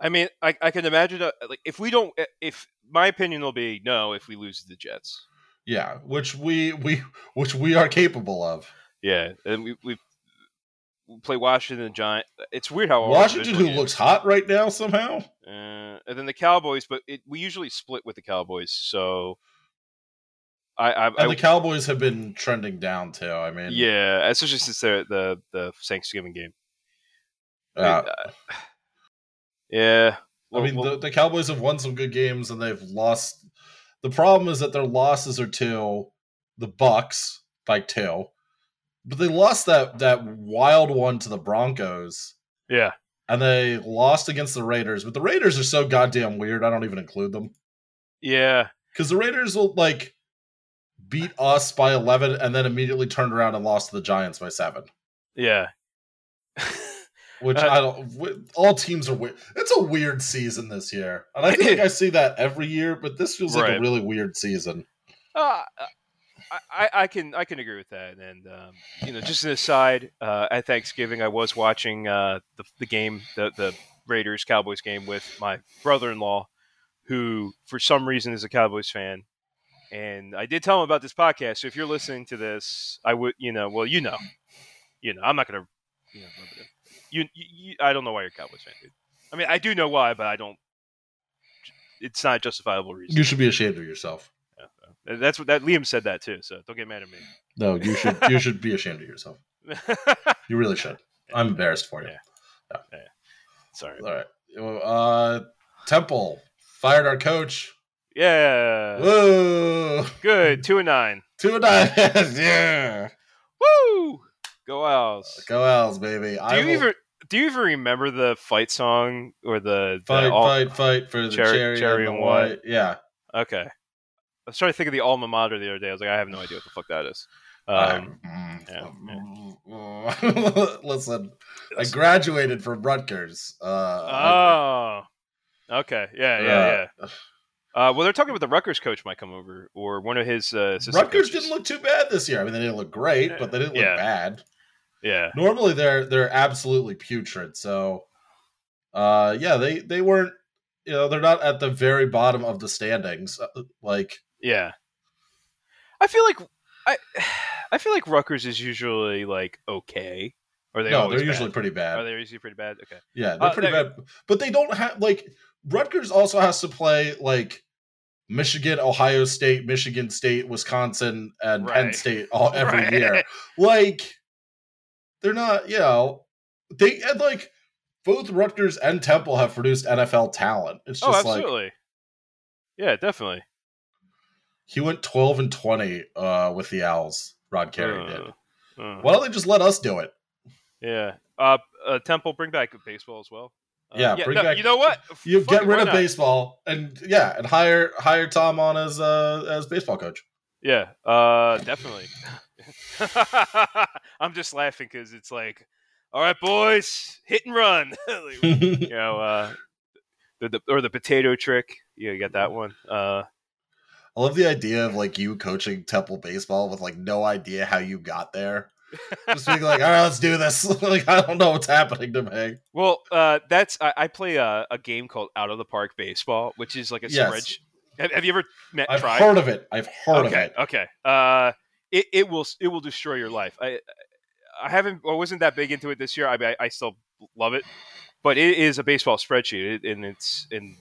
[SPEAKER 8] I mean, I, I can imagine uh like if we don't, if my opinion will be no, if we lose to the Jets.
[SPEAKER 7] yeah, which we we which we are capable of.
[SPEAKER 8] Yeah, and we we we play Washington and Giant. It's weird how all our
[SPEAKER 7] Washington, who
[SPEAKER 8] divisional games-
[SPEAKER 7] looks hot right now somehow.
[SPEAKER 8] uh, and then the Cowboys, but it, we usually split with the Cowboys. So I, I, I
[SPEAKER 7] And the Cowboys have been trending down too. I mean,
[SPEAKER 8] yeah, especially since they're the the Thanksgiving game.
[SPEAKER 7] uh,
[SPEAKER 8] <sighs> Yeah,
[SPEAKER 7] I
[SPEAKER 8] Well,
[SPEAKER 7] mean,
[SPEAKER 8] well,
[SPEAKER 7] the, the Cowboys have won some good games and they've lost. The problem is that their losses are to the Bucks by two, but they lost that that wild one to the Broncos.
[SPEAKER 8] yeah,
[SPEAKER 7] and they lost against the Raiders. But the Raiders are so goddamn weird. I don't even include them
[SPEAKER 8] yeah,
[SPEAKER 7] because the Raiders will like beat us by eleven and then immediately turned around and lost to the Giants by seven.
[SPEAKER 8] yeah.
[SPEAKER 7] Which
[SPEAKER 8] Uh,
[SPEAKER 7] I don't. w- All teams are weird. It's a weird season this year, and I think I see that every year. But this feels like
[SPEAKER 8] Right.
[SPEAKER 7] a really weird season.
[SPEAKER 8] Uh, I, I, I can I can agree with that. And um, you know, just an aside, uh, at Thanksgiving, I was watching uh, the, the game, the the Raiders Cowboys game with my brother in law, who for some reason is a Cowboys fan. And I did tell him about this podcast. So if you're listening to this, I would, you know, well, you know, you know, I'm not gonna, you know, rub it in. you, you, you I don't know why you're a Cowboys fan, dude. I mean, I do know why, but I don't. It's not a justifiable reason.
[SPEAKER 7] You should be ashamed of yourself.
[SPEAKER 8] Uh, That's what that Liam said that too. So don't get mad at
[SPEAKER 7] No, you should. you should be ashamed of yourself.
[SPEAKER 8] me. <laughs>
[SPEAKER 7] You really should. I'm embarrassed for you.
[SPEAKER 8] Sorry.
[SPEAKER 7] All right. Well, Uh, Temple fired our coach.
[SPEAKER 8] Yeah.
[SPEAKER 7] Whoa.
[SPEAKER 8] Good. Two and nine.
[SPEAKER 7] Two
[SPEAKER 8] <laughs>
[SPEAKER 7] and nine. yeah.
[SPEAKER 8] Woo! Go Owls.
[SPEAKER 7] Go Owls, baby.
[SPEAKER 8] Do
[SPEAKER 7] I
[SPEAKER 8] you
[SPEAKER 7] will
[SPEAKER 8] even do you even remember the fight song or the, the
[SPEAKER 7] fight,
[SPEAKER 8] al-
[SPEAKER 7] fight, fight for the
[SPEAKER 8] Cherry-
[SPEAKER 7] cherry,
[SPEAKER 8] cherry
[SPEAKER 7] and,
[SPEAKER 8] and
[SPEAKER 7] the white. Yeah.
[SPEAKER 8] Okay. I was trying to think of the alma mater the other day. I was like, I have no idea what the fuck that is. Um,
[SPEAKER 7] Um, mm, <laughs> Listen, I graduated from Rutgers. Uh, I-
[SPEAKER 8] oh. Okay. Yeah. Yeah. Yeah. Uh, well, they're talking about the Rutgers coach might come over, or one of his uh, assistant
[SPEAKER 7] Rutgers
[SPEAKER 8] coaches.
[SPEAKER 7] didn't look too bad this year. I mean, they didn't look great, but they didn't look
[SPEAKER 8] Yeah.
[SPEAKER 7] bad.
[SPEAKER 8] Yeah.
[SPEAKER 7] Normally they're they're absolutely putrid. So uh yeah, they they weren't you know, they're not at the very bottom of the standings. Uh, Like
[SPEAKER 8] Yeah. I feel like I <sighs> I feel like Rutgers is usually like okay. Or they
[SPEAKER 7] no,
[SPEAKER 8] always
[SPEAKER 7] they're usually
[SPEAKER 8] bad?
[SPEAKER 7] pretty bad.
[SPEAKER 8] Are they usually pretty bad? Okay.
[SPEAKER 7] yeah, they're
[SPEAKER 8] uh,
[SPEAKER 7] pretty
[SPEAKER 8] they-
[SPEAKER 7] bad. But they don't have like Rutgers also has to play like Michigan, Ohio State, Michigan State, Wisconsin, and Penn
[SPEAKER 8] Right.
[SPEAKER 7] State
[SPEAKER 8] <laughs>
[SPEAKER 7] all every
[SPEAKER 8] Right.
[SPEAKER 7] year. Like they're not, you know, they and like both Rutgers and Temple have produced NFL talent. It's
[SPEAKER 8] Oh,
[SPEAKER 7] just like
[SPEAKER 8] absolutely. yeah, definitely.
[SPEAKER 7] He went 12 and 20 uh, with the Owls. Rod Carey
[SPEAKER 8] Uh,
[SPEAKER 7] did.
[SPEAKER 8] uh,
[SPEAKER 7] Why don't they just let us do it?
[SPEAKER 8] Yeah. Uh, uh, Temple, bring back baseball as well. Uh,
[SPEAKER 7] Yeah, bring
[SPEAKER 8] no,
[SPEAKER 7] back-
[SPEAKER 8] You know what?
[SPEAKER 7] <laughs> You
[SPEAKER 8] Fuck
[SPEAKER 7] get
[SPEAKER 8] it,
[SPEAKER 7] rid
[SPEAKER 8] why
[SPEAKER 7] of
[SPEAKER 8] not?
[SPEAKER 7] baseball and yeah, and hire hire Tom on as uh, as baseball coach. <laughs>
[SPEAKER 8] Yeah, uh, definitely. <laughs> I'm just laughing because it's like, all right, boys, hit and run. <laughs> Like, you know, uh, the, the or the potato trick. Yeah, you got that one. Uh,
[SPEAKER 7] I love the idea of like you coaching Temple baseball with like no idea how you got there. Just being like, all right, let's do this. <laughs> like I don't know what's happening to me.
[SPEAKER 8] well, uh, that's I, I play a, a game called Out of the Park Baseball, which is like a
[SPEAKER 7] Yes.
[SPEAKER 8] spreadsheet. Have, have you ever met?
[SPEAKER 7] I've
[SPEAKER 8] tried?
[SPEAKER 7] heard of it. I've heard
[SPEAKER 8] okay,
[SPEAKER 7] of it.
[SPEAKER 8] Okay. Uh, it, it will it will destroy your life. I I haven't I wasn't that big into it this year. I I, I still love it, but it is a baseball spreadsheet, it, and it's and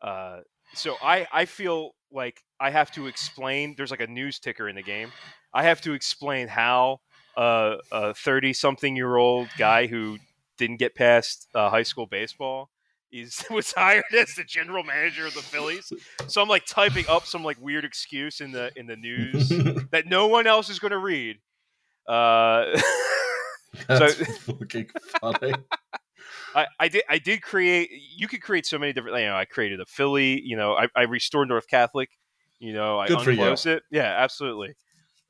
[SPEAKER 8] uh, so I I feel like I have to explain. There's like a news ticker in the game. I have to explain how uh, a thirty something year old guy who didn't get past uh, high school baseball is <laughs> was hired as the general manager of the Phillies. So I'm like typing up some like weird excuse in the in the
[SPEAKER 7] <laughs>
[SPEAKER 8] news that no one else is going to read. Uh, <laughs>
[SPEAKER 7] That's fucking funny.
[SPEAKER 8] I, I did I did create. You could create so many different. You know, I created a Philly. You know, I, I restored North Catholic. You know, I
[SPEAKER 7] Good for you.
[SPEAKER 8] unclosed it. Yeah, absolutely.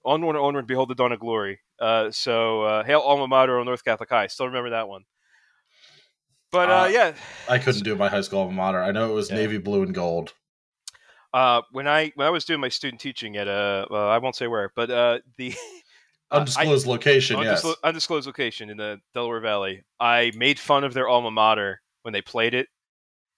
[SPEAKER 8] Onward, onward, behold the dawn of glory. Uh, so uh, hail alma mater, O North Catholic High. Still remember that one. But uh,
[SPEAKER 7] Uh,
[SPEAKER 8] yeah,
[SPEAKER 7] I couldn't do my high school alma mater. I know it was
[SPEAKER 8] Yeah.
[SPEAKER 7] navy blue and gold.
[SPEAKER 8] uh, when I when I was doing my student teaching at uh, uh I won't say where, but uh, the Uh, I-
[SPEAKER 7] Undisclosed location, yes.
[SPEAKER 8] Undisclo- undisclosed location in the Delaware Valley. I made fun of their alma mater when they played it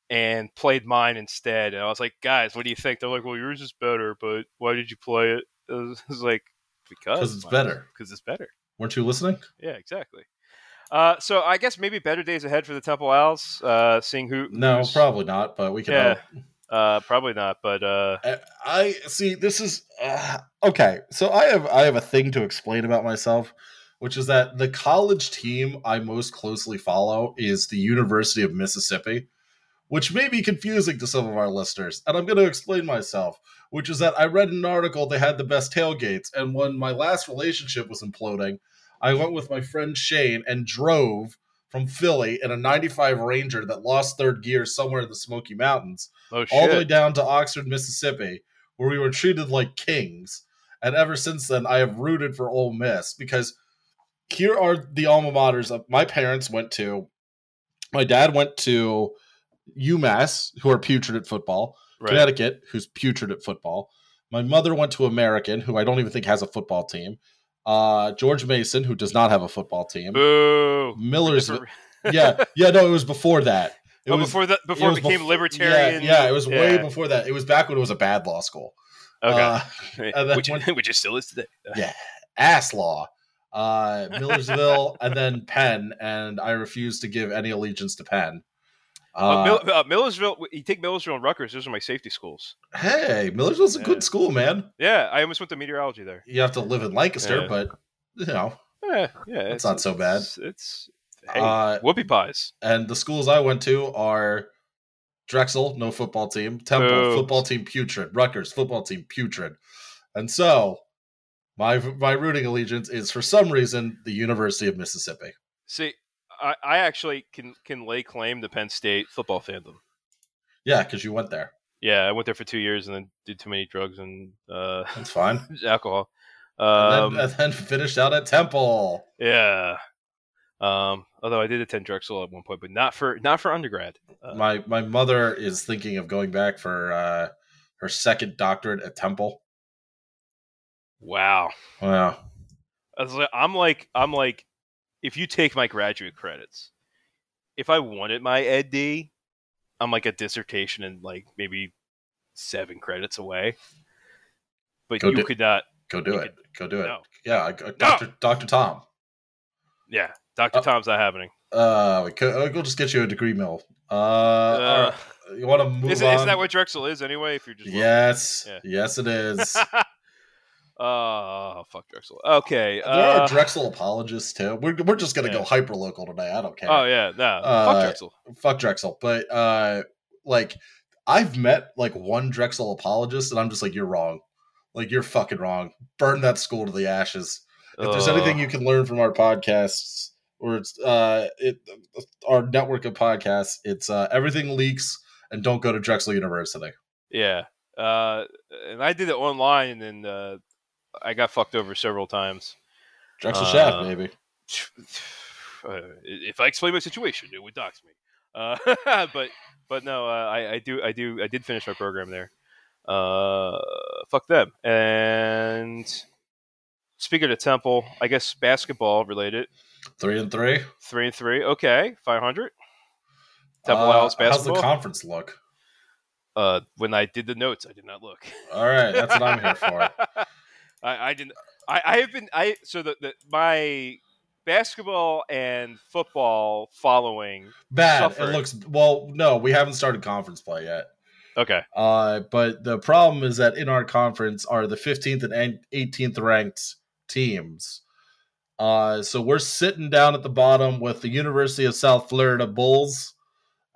[SPEAKER 8] and played mine instead. And I was like, guys, what do you think? They're like, well, yours is better, but why did you play it? <laughs> I was, I was like, because
[SPEAKER 7] 'Cause it's better."
[SPEAKER 8] Because it's better.
[SPEAKER 7] Weren't you listening?
[SPEAKER 8] Yeah, exactly. Uh, so I guess maybe better days ahead for the Temple Owls. Uh, seeing who,
[SPEAKER 7] No,
[SPEAKER 8] who's-
[SPEAKER 7] probably not. But we can.
[SPEAKER 8] Yeah. uh, probably not. But uh,
[SPEAKER 7] I, I see. This is uh, okay. So I have I have a thing to explain about myself, which is that the college team I most closely follow is the University of Mississippi, which may be confusing to some of our listeners. And I'm going to explain myself, which is that I read an article they had the best tailgates, and when my last relationship was imploding, I went with my friend Shane and drove from Philly in a '95 Ranger that lost third gear somewhere in the Smoky Mountains
[SPEAKER 8] oh shit,
[SPEAKER 7] all the way down to Oxford, Mississippi, where we were treated like kings. And ever since then, I have rooted for Ole Miss because here are the alma maters of my parents went to. My dad went to UMass, who are putrid at football,
[SPEAKER 8] right.
[SPEAKER 7] Connecticut, who's putrid at football. My mother went to American, who I don't even think has a football team. Uh, George Mason, who does not have a football team.
[SPEAKER 8] Boo.
[SPEAKER 7] Miller's,
[SPEAKER 8] Different-
[SPEAKER 7] <laughs> yeah, yeah, no, it was before that. It
[SPEAKER 8] oh,
[SPEAKER 7] was
[SPEAKER 8] before that, before it,
[SPEAKER 7] was
[SPEAKER 8] became
[SPEAKER 7] bef-
[SPEAKER 8] libertarian.
[SPEAKER 7] Yeah, yeah, it was way
[SPEAKER 8] yeah.
[SPEAKER 7] before that. It was back when it was a bad law school.
[SPEAKER 8] Okay.
[SPEAKER 7] Uh, and then
[SPEAKER 8] which,
[SPEAKER 7] when-
[SPEAKER 8] <laughs> which it still is today.
[SPEAKER 7] ass law. Uh, Millersville
[SPEAKER 8] <laughs>
[SPEAKER 7] and then Penn, and I refuse to give any allegiance to Penn.
[SPEAKER 8] Uh,
[SPEAKER 7] Uh,
[SPEAKER 8] Mill- uh, Millersville, you take Millersville and Rutgers. Those are my safety schools.
[SPEAKER 7] Uh, hey, Millersville's a
[SPEAKER 8] Yeah.
[SPEAKER 7] good school, man.
[SPEAKER 8] Yeah, I almost went to meteorology there.
[SPEAKER 7] You have to live in Lancaster,
[SPEAKER 8] Yeah.
[SPEAKER 7] but you know,
[SPEAKER 8] Yeah, yeah,
[SPEAKER 7] That's not so bad.
[SPEAKER 8] It's, it's hey,
[SPEAKER 7] uh,
[SPEAKER 8] whoopie pies.
[SPEAKER 7] and the schools I went to are Drexel, no football team, Temple,
[SPEAKER 8] Boo.
[SPEAKER 7] football team putrid, Rutgers, football team putrid. And so my my rooting allegiance is for some reason the University of Mississippi.
[SPEAKER 8] See, I, I actually can can lay claim to Penn State football fandom.
[SPEAKER 7] Yeah, because you went there.
[SPEAKER 8] Yeah, I went there for two years and then did too many drugs and uh, <laughs>
[SPEAKER 7] That's fine.
[SPEAKER 8] alcohol.
[SPEAKER 7] And,
[SPEAKER 8] Um,
[SPEAKER 7] then, uh, and then finished out at Temple.
[SPEAKER 8] yeah. Um, although I did attend Drexel at one point, but not for not for undergrad. Uh,
[SPEAKER 7] my my mother is thinking of going back for uh, her second doctorate at Temple.
[SPEAKER 8] Wow.
[SPEAKER 7] Wow.
[SPEAKER 8] I was like- I'm like I'm like if you take my graduate credits, if I wanted my Ed D, I'm like a dissertation and like maybe seven credits away. But
[SPEAKER 7] Go
[SPEAKER 8] you
[SPEAKER 7] do-
[SPEAKER 8] could not.
[SPEAKER 7] Go do
[SPEAKER 8] You
[SPEAKER 7] it. Go do it.
[SPEAKER 8] No.
[SPEAKER 7] Yeah, I, Doctor Doctor Tom.
[SPEAKER 8] Yeah, Doctor
[SPEAKER 7] Uh,
[SPEAKER 8] Tom's not happening.
[SPEAKER 7] Uh, we could, we'll just get you a degree mill. Uh, all
[SPEAKER 8] Uh,
[SPEAKER 7] right. you want to move
[SPEAKER 8] isn't,
[SPEAKER 7] on?
[SPEAKER 8] isn't that what Drexel is anyway? If you're just looking?
[SPEAKER 7] Yes,
[SPEAKER 8] Yeah.
[SPEAKER 7] yes,
[SPEAKER 8] <laughs>
[SPEAKER 7] it is.
[SPEAKER 8] oh fuck Drexel. Okay.
[SPEAKER 7] there are
[SPEAKER 8] uh,
[SPEAKER 7] Drexel apologists too. We're, we're just gonna go
[SPEAKER 8] yeah.
[SPEAKER 7] hyper local today. I don't care.
[SPEAKER 8] oh yeah, no.
[SPEAKER 7] Uh,
[SPEAKER 8] fuck Drexel.
[SPEAKER 7] Fuck Drexel, but uh, like I've met like one Drexel apologist, and I'm just like, you're wrong. Like you're fucking wrong. Burn that school to the ashes. If there's
[SPEAKER 8] Uh,
[SPEAKER 7] anything you can learn from our podcasts or it's uh it our network of podcasts, it's uh everything leaks and don't go to Drexel University.
[SPEAKER 8] Yeah. Uh, and I did it online, and then uh, I got fucked over several times.
[SPEAKER 7] Drexel
[SPEAKER 8] Uh,
[SPEAKER 7] Shaft, maybe.
[SPEAKER 8] <sighs> Uh, if I explain my situation, it would dox me. Uh, <laughs> but but no, uh, I, I do I do I did finish my program there. Uh, fuck them. And speaking of temple, I guess basketball related.
[SPEAKER 7] Three and three.
[SPEAKER 8] Three and three. Okay, five hundred. Temple
[SPEAKER 7] Uh,
[SPEAKER 8] Owls
[SPEAKER 7] How's the
[SPEAKER 8] basketball.
[SPEAKER 7] conference look?
[SPEAKER 8] uh, when I did the notes, I did not look. <laughs>
[SPEAKER 7] All right, that's what I'm here for.
[SPEAKER 8] I, I didn't. I, I have been. I so the, the my basketball and football following.
[SPEAKER 7] Bad.
[SPEAKER 8] Suffered.
[SPEAKER 7] It looks well. No, we haven't started conference play yet.
[SPEAKER 8] Okay.
[SPEAKER 7] Uh, but the problem is that in our conference are the 15th and an- 18th ranked teams. Uh, so we're sitting down at the bottom with the University of South Florida Bulls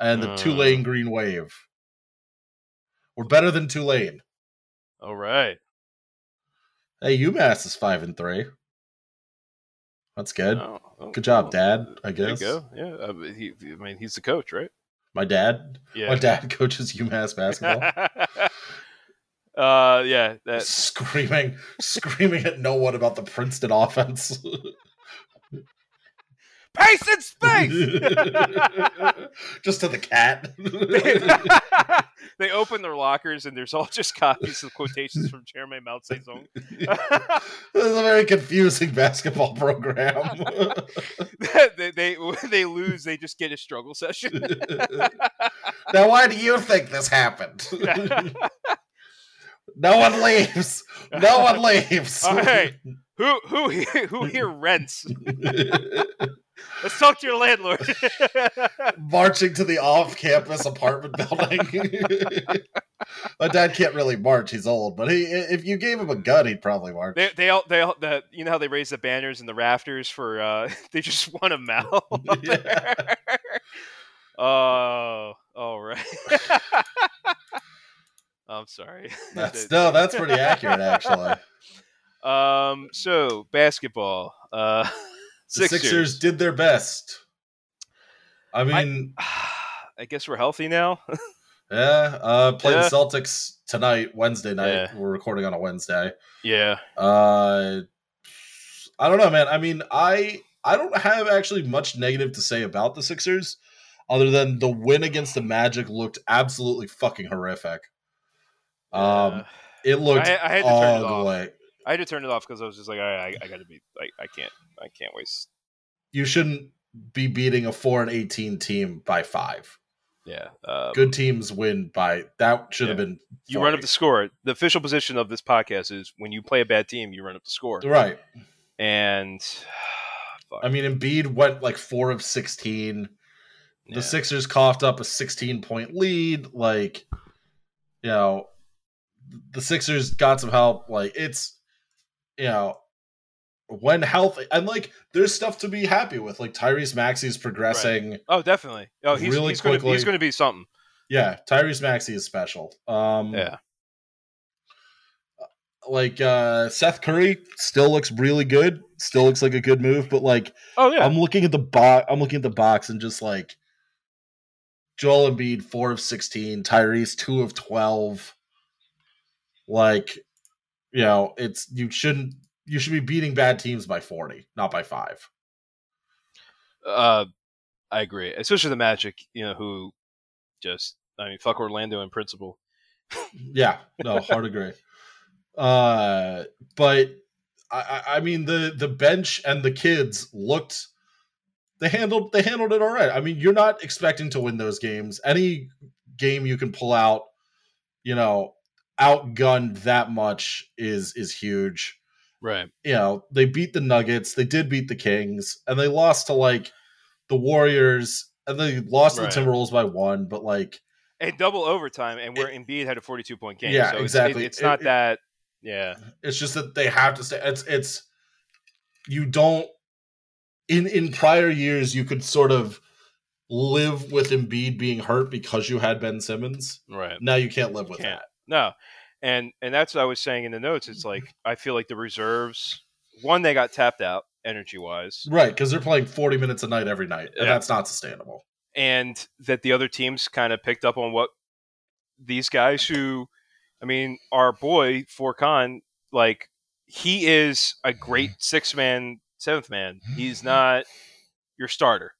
[SPEAKER 7] and the
[SPEAKER 8] Uh.
[SPEAKER 7] Tulane Green Wave. We're better than Tulane.
[SPEAKER 8] All right.
[SPEAKER 7] Hey, UMass is five and three. That's good.
[SPEAKER 8] Oh, oh,
[SPEAKER 7] Good job,
[SPEAKER 8] well,
[SPEAKER 7] Dad, I
[SPEAKER 8] There you
[SPEAKER 7] guess.
[SPEAKER 8] go. Yeah. I mean, he, I mean, he's the coach, right?
[SPEAKER 7] My dad, my
[SPEAKER 8] Yeah.
[SPEAKER 7] dad <laughs> coaches UMass basketball.
[SPEAKER 8] <laughs> uh, yeah.
[SPEAKER 7] <laughs>
[SPEAKER 8] That,
[SPEAKER 7] screaming, screaming at no one about the Princeton offense. <laughs>
[SPEAKER 8] pace in
[SPEAKER 7] <laughs> just to the cat.
[SPEAKER 8] <laughs>
[SPEAKER 7] <laughs>
[SPEAKER 8] they open their lockers and there's all just copies of quotations from Jeremy Mao
[SPEAKER 7] <laughs>
[SPEAKER 8] Zedong.
[SPEAKER 7] this is a very confusing basketball program.
[SPEAKER 8] <laughs>
[SPEAKER 7] <laughs>
[SPEAKER 8] they, they <laughs> when they lose, they just get a struggle session.
[SPEAKER 7] <laughs> now, why do you think this happened? <laughs> no one leaves. No one
[SPEAKER 8] <laughs>
[SPEAKER 7] leaves.
[SPEAKER 8] All right. Who who <laughs> here, who here rents? Let's talk to your landlord.
[SPEAKER 7] <laughs>
[SPEAKER 8] <laughs>
[SPEAKER 7] Marching to the off-campus apartment building. <laughs> My dad can't really march; he's old. But he, if you gave him a gun, he'd probably march.
[SPEAKER 8] they they all they all the you know how they raise the banners and the rafters for uh <laughs> they just want a mouth. <laughs>
[SPEAKER 7] <laughs> Yeah.
[SPEAKER 8] Oh, all right. <laughs> I'm sorry. <laughs>
[SPEAKER 7] That's, no, that's pretty accurate, actually.
[SPEAKER 8] Um, so basketball. Uh, <laughs>
[SPEAKER 7] The
[SPEAKER 8] Sixers. <sighs>
[SPEAKER 7] Sixers, did their best. I mean,
[SPEAKER 8] I guess we're healthy now. <laughs>
[SPEAKER 7] yeah, uh, play
[SPEAKER 8] Yeah.
[SPEAKER 7] the Celtics tonight, Wednesday night.
[SPEAKER 8] Yeah.
[SPEAKER 7] We're recording on a Wednesday.
[SPEAKER 8] yeah.
[SPEAKER 7] Uh, I don't know, man. I mean, I I don't have actually much negative to say about the Sixers, other than the win against the Magic looked absolutely fucking horrific. Um,
[SPEAKER 8] Yeah.
[SPEAKER 7] it looked
[SPEAKER 8] I, I had to turn it off.
[SPEAKER 7] ugly.
[SPEAKER 8] I had to turn it off because I was just like, all right, I, I got to be, I, I can't, I can't waste.
[SPEAKER 7] You shouldn't be beating a four and eighteen team by five.
[SPEAKER 8] Yeah. Um,
[SPEAKER 7] good teams win by that should have
[SPEAKER 8] Yeah.
[SPEAKER 7] been
[SPEAKER 8] You run up
[SPEAKER 7] 40.
[SPEAKER 8] the score. The official position of this podcast is when you play a bad team, you run up the score.
[SPEAKER 7] right
[SPEAKER 8] And fuck,
[SPEAKER 7] i mean Embiid went like 4 of 16
[SPEAKER 8] yeah.
[SPEAKER 7] the sixers coughed up a 16 point lead like you know the sixers got some help like it's you know when healthy and like there's stuff to be happy with like Tyrese Maxey's progressing
[SPEAKER 8] oh, definitely. Oh, he's,
[SPEAKER 7] Really
[SPEAKER 8] he's going to he's
[SPEAKER 7] quickly-
[SPEAKER 8] going to be something.
[SPEAKER 7] yeah Tyrese Maxey is special um
[SPEAKER 8] Yeah.
[SPEAKER 7] like uh Seth Curry still looks really good still looks like a good move but like
[SPEAKER 8] Oh yeah.
[SPEAKER 7] I'm looking at the box. I'm looking at the box and just like Joel Embiid, four of sixteen. Tyrese, two of twelve. Like, you know, it's you shouldn't. You should be beating bad teams by forty, not by five.
[SPEAKER 8] uh, I agree, especially the Magic. You know who just I mean, fuck Orlando in principle.
[SPEAKER 7] Yeah, no, hard agree. Uh, but I, I I mean the the bench and the kids looked they handled they handled it all right. I mean, you're not expecting to win those games. Any game you can pull out, you know, outgunned that much is is huge.
[SPEAKER 8] Right.
[SPEAKER 7] You know, they beat the Nuggets, they did beat the Kings, and they lost to like the Warriors, and they lost
[SPEAKER 8] Right.
[SPEAKER 7] to the Timberwolves by one. But like,
[SPEAKER 8] And double overtime, and where Embiid had a 42 point game.
[SPEAKER 7] Yeah,
[SPEAKER 8] so it's-
[SPEAKER 7] exactly.
[SPEAKER 8] It's,
[SPEAKER 7] It-
[SPEAKER 8] not
[SPEAKER 7] it- Mm-hmm.
[SPEAKER 8] that. Yeah.
[SPEAKER 7] It's just that they have to stay. It's it's you don't in in prior years you could sort of live with Embiid being hurt because you had Ben Simmons.
[SPEAKER 8] Right.
[SPEAKER 7] Now you can't live with
[SPEAKER 8] Can't. No. And and that's what I was saying in the notes.
[SPEAKER 7] Mm-hmm.
[SPEAKER 8] It's like I feel like the reserves. One, they got tapped out energy wise,
[SPEAKER 7] that, right? Because they're playing forty minutes a night every night, and
[SPEAKER 8] Yeah.
[SPEAKER 7] that's not sustainable.
[SPEAKER 8] and that the other teams kind of picked up on what these guys who, I mean, our boy Forcon, like he is a great six man, seventh man. He's not your starter.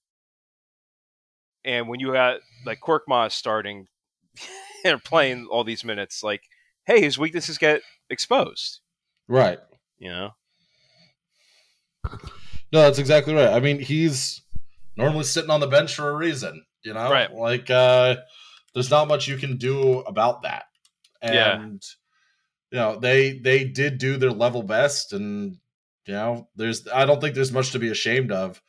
[SPEAKER 8] And when you had like Korkmaz starting <laughs> and playing all these minutes, like, hey, his weaknesses get exposed.
[SPEAKER 7] Right.
[SPEAKER 8] You know,
[SPEAKER 7] No, that's exactly right. I mean, he's normally sitting on the bench for a reason, you know?
[SPEAKER 8] Right.
[SPEAKER 7] Like uh there's not much you can do about that.
[SPEAKER 8] Yeah.
[SPEAKER 7] And you know, they they did do their level best and you know, there's I don't think there's much to be ashamed of.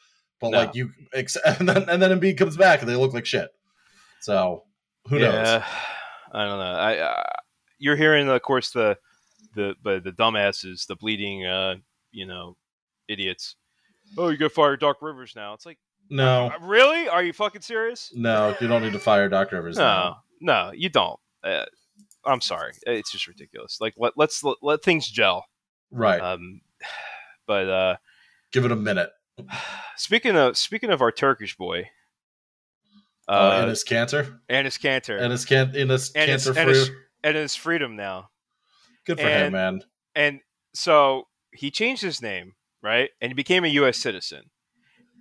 [SPEAKER 7] But
[SPEAKER 8] No.
[SPEAKER 7] like you ex- <laughs> and then and then Embiid comes back and they look like shit. So who knows?
[SPEAKER 8] Yeah, I don't know. I, I you're hearing, of course, the the but the dumbasses, the bleeding, uh, you know, idiots. Oh, you go fire Doc Rivers now. It's like, "Uh,
[SPEAKER 7] No.
[SPEAKER 8] really? Are you fucking serious?
[SPEAKER 7] No, you don't need to fire Dr. Rivers.
[SPEAKER 8] No, no, you don't. Uh, I'm sorry, it's just ridiculous. Like, let, let's let, let things gel.
[SPEAKER 7] Right.
[SPEAKER 8] Um, but uh,
[SPEAKER 7] Give it a minute.
[SPEAKER 8] speaking of speaking of our Turkish boy, uh,
[SPEAKER 7] Uh, Ennis Cantor.
[SPEAKER 8] Anis Cantor and,
[SPEAKER 7] Ennis Can- Ennis
[SPEAKER 8] Enes-
[SPEAKER 7] Cantor
[SPEAKER 8] Enes-
[SPEAKER 7] Freer.
[SPEAKER 8] his freedom now.
[SPEAKER 7] Good for him,
[SPEAKER 8] and-
[SPEAKER 7] man.
[SPEAKER 8] and so he changed his name, right? And he became a U.S. citizen.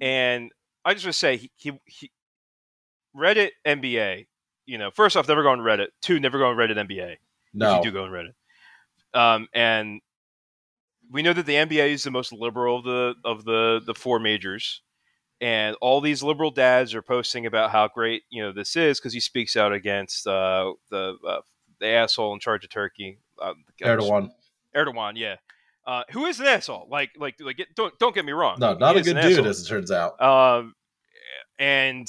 [SPEAKER 8] And I just want to say he, he, he Reddit NBA. You know, first off, never go on Reddit. Two, never go on Reddit NBA.
[SPEAKER 7] No.
[SPEAKER 8] If you do go on Reddit, um, and we know that the NBA is the most liberal of the of the the four majors, and all these liberal dads are posting about how great you know this is because he speaks out against uh, the uh, the asshole in charge of Turkey. Uh,
[SPEAKER 7] Erdogan.
[SPEAKER 8] Erdogan, yeah. Uh, who is an asshole? Like, like, like. Get, don't don't get me wrong.
[SPEAKER 7] No, not
[SPEAKER 8] He
[SPEAKER 7] a
[SPEAKER 8] is an
[SPEAKER 7] good dude,
[SPEAKER 8] asshole.
[SPEAKER 7] as it turns out.
[SPEAKER 8] Um, and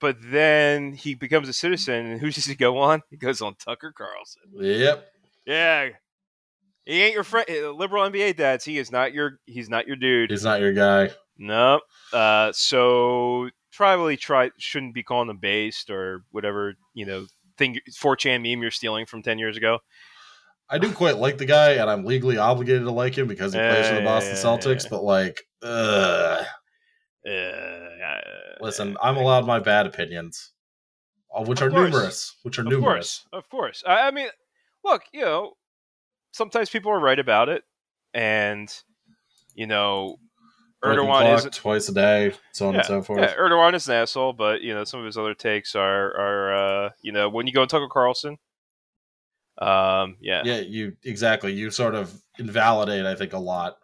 [SPEAKER 8] but then he becomes a citizen, and who <laughs> does he go on? He goes on Tucker Carlson.
[SPEAKER 7] Yep.
[SPEAKER 8] Yeah, he ain't your friend. uh, Liberal NBA dads. He is not your. He's not your dude.
[SPEAKER 7] He's not your guy.
[SPEAKER 8] No. Uh, so probably try shouldn't be calling them based or whatever you know thing 4chan meme you're stealing from 10 years ago.
[SPEAKER 7] I do quite like the guy, and I'm legally obligated to like him because he plays for the
[SPEAKER 8] Yeah,
[SPEAKER 7] Boston
[SPEAKER 8] yeah,
[SPEAKER 7] Celtics,
[SPEAKER 8] yeah.
[SPEAKER 7] but like, ugh.
[SPEAKER 8] Uh, I-
[SPEAKER 7] listen, I'm allowed my bad opinions, uh, which
[SPEAKER 8] Eh. Of
[SPEAKER 7] are
[SPEAKER 8] course.
[SPEAKER 7] numerous. Which are
[SPEAKER 8] Of
[SPEAKER 7] numerous.
[SPEAKER 8] course, of course. I, I mean, look, you know, sometimes people are right about it, and you know,
[SPEAKER 7] Broken
[SPEAKER 8] Erdogan
[SPEAKER 7] clock
[SPEAKER 8] is
[SPEAKER 7] twice a day, so on and so forth.
[SPEAKER 8] yeah, Erdogan is an asshole, but you know, some of his other takes are are uh, you know, when you go and Tucker Carlson, um, yeah, yeah,
[SPEAKER 7] yeah, you exactly. You sort of invalidate, I think, a lot.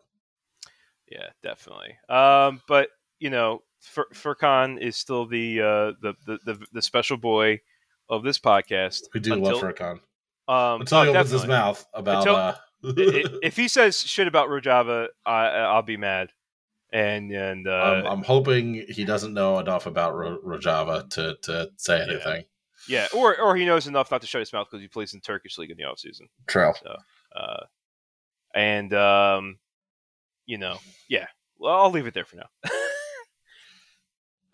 [SPEAKER 8] definitely. Um, but you know, Fur- Furkan is still the, uh, the the the the special boy of this podcast.
[SPEAKER 7] We do
[SPEAKER 8] Until-
[SPEAKER 7] love Furcon
[SPEAKER 8] Um,
[SPEAKER 7] until
[SPEAKER 8] oh,
[SPEAKER 7] he opens his
[SPEAKER 8] definitely.
[SPEAKER 7] mouth about.
[SPEAKER 8] Until-
[SPEAKER 7] uh,
[SPEAKER 8] I- I- if he says shit about Rojava, I, I'll be mad. And and uh,
[SPEAKER 7] I'm, I'm hoping he doesn't know enough about Ro- Rojava to to say
[SPEAKER 8] Yeah.
[SPEAKER 7] anything.
[SPEAKER 8] yeah, or or he knows enough not to shut his mouth because he plays in Turkish league in the offseason.
[SPEAKER 7] True.
[SPEAKER 8] Uh, and um, you know, yeah. Well, I'll leave it there for now.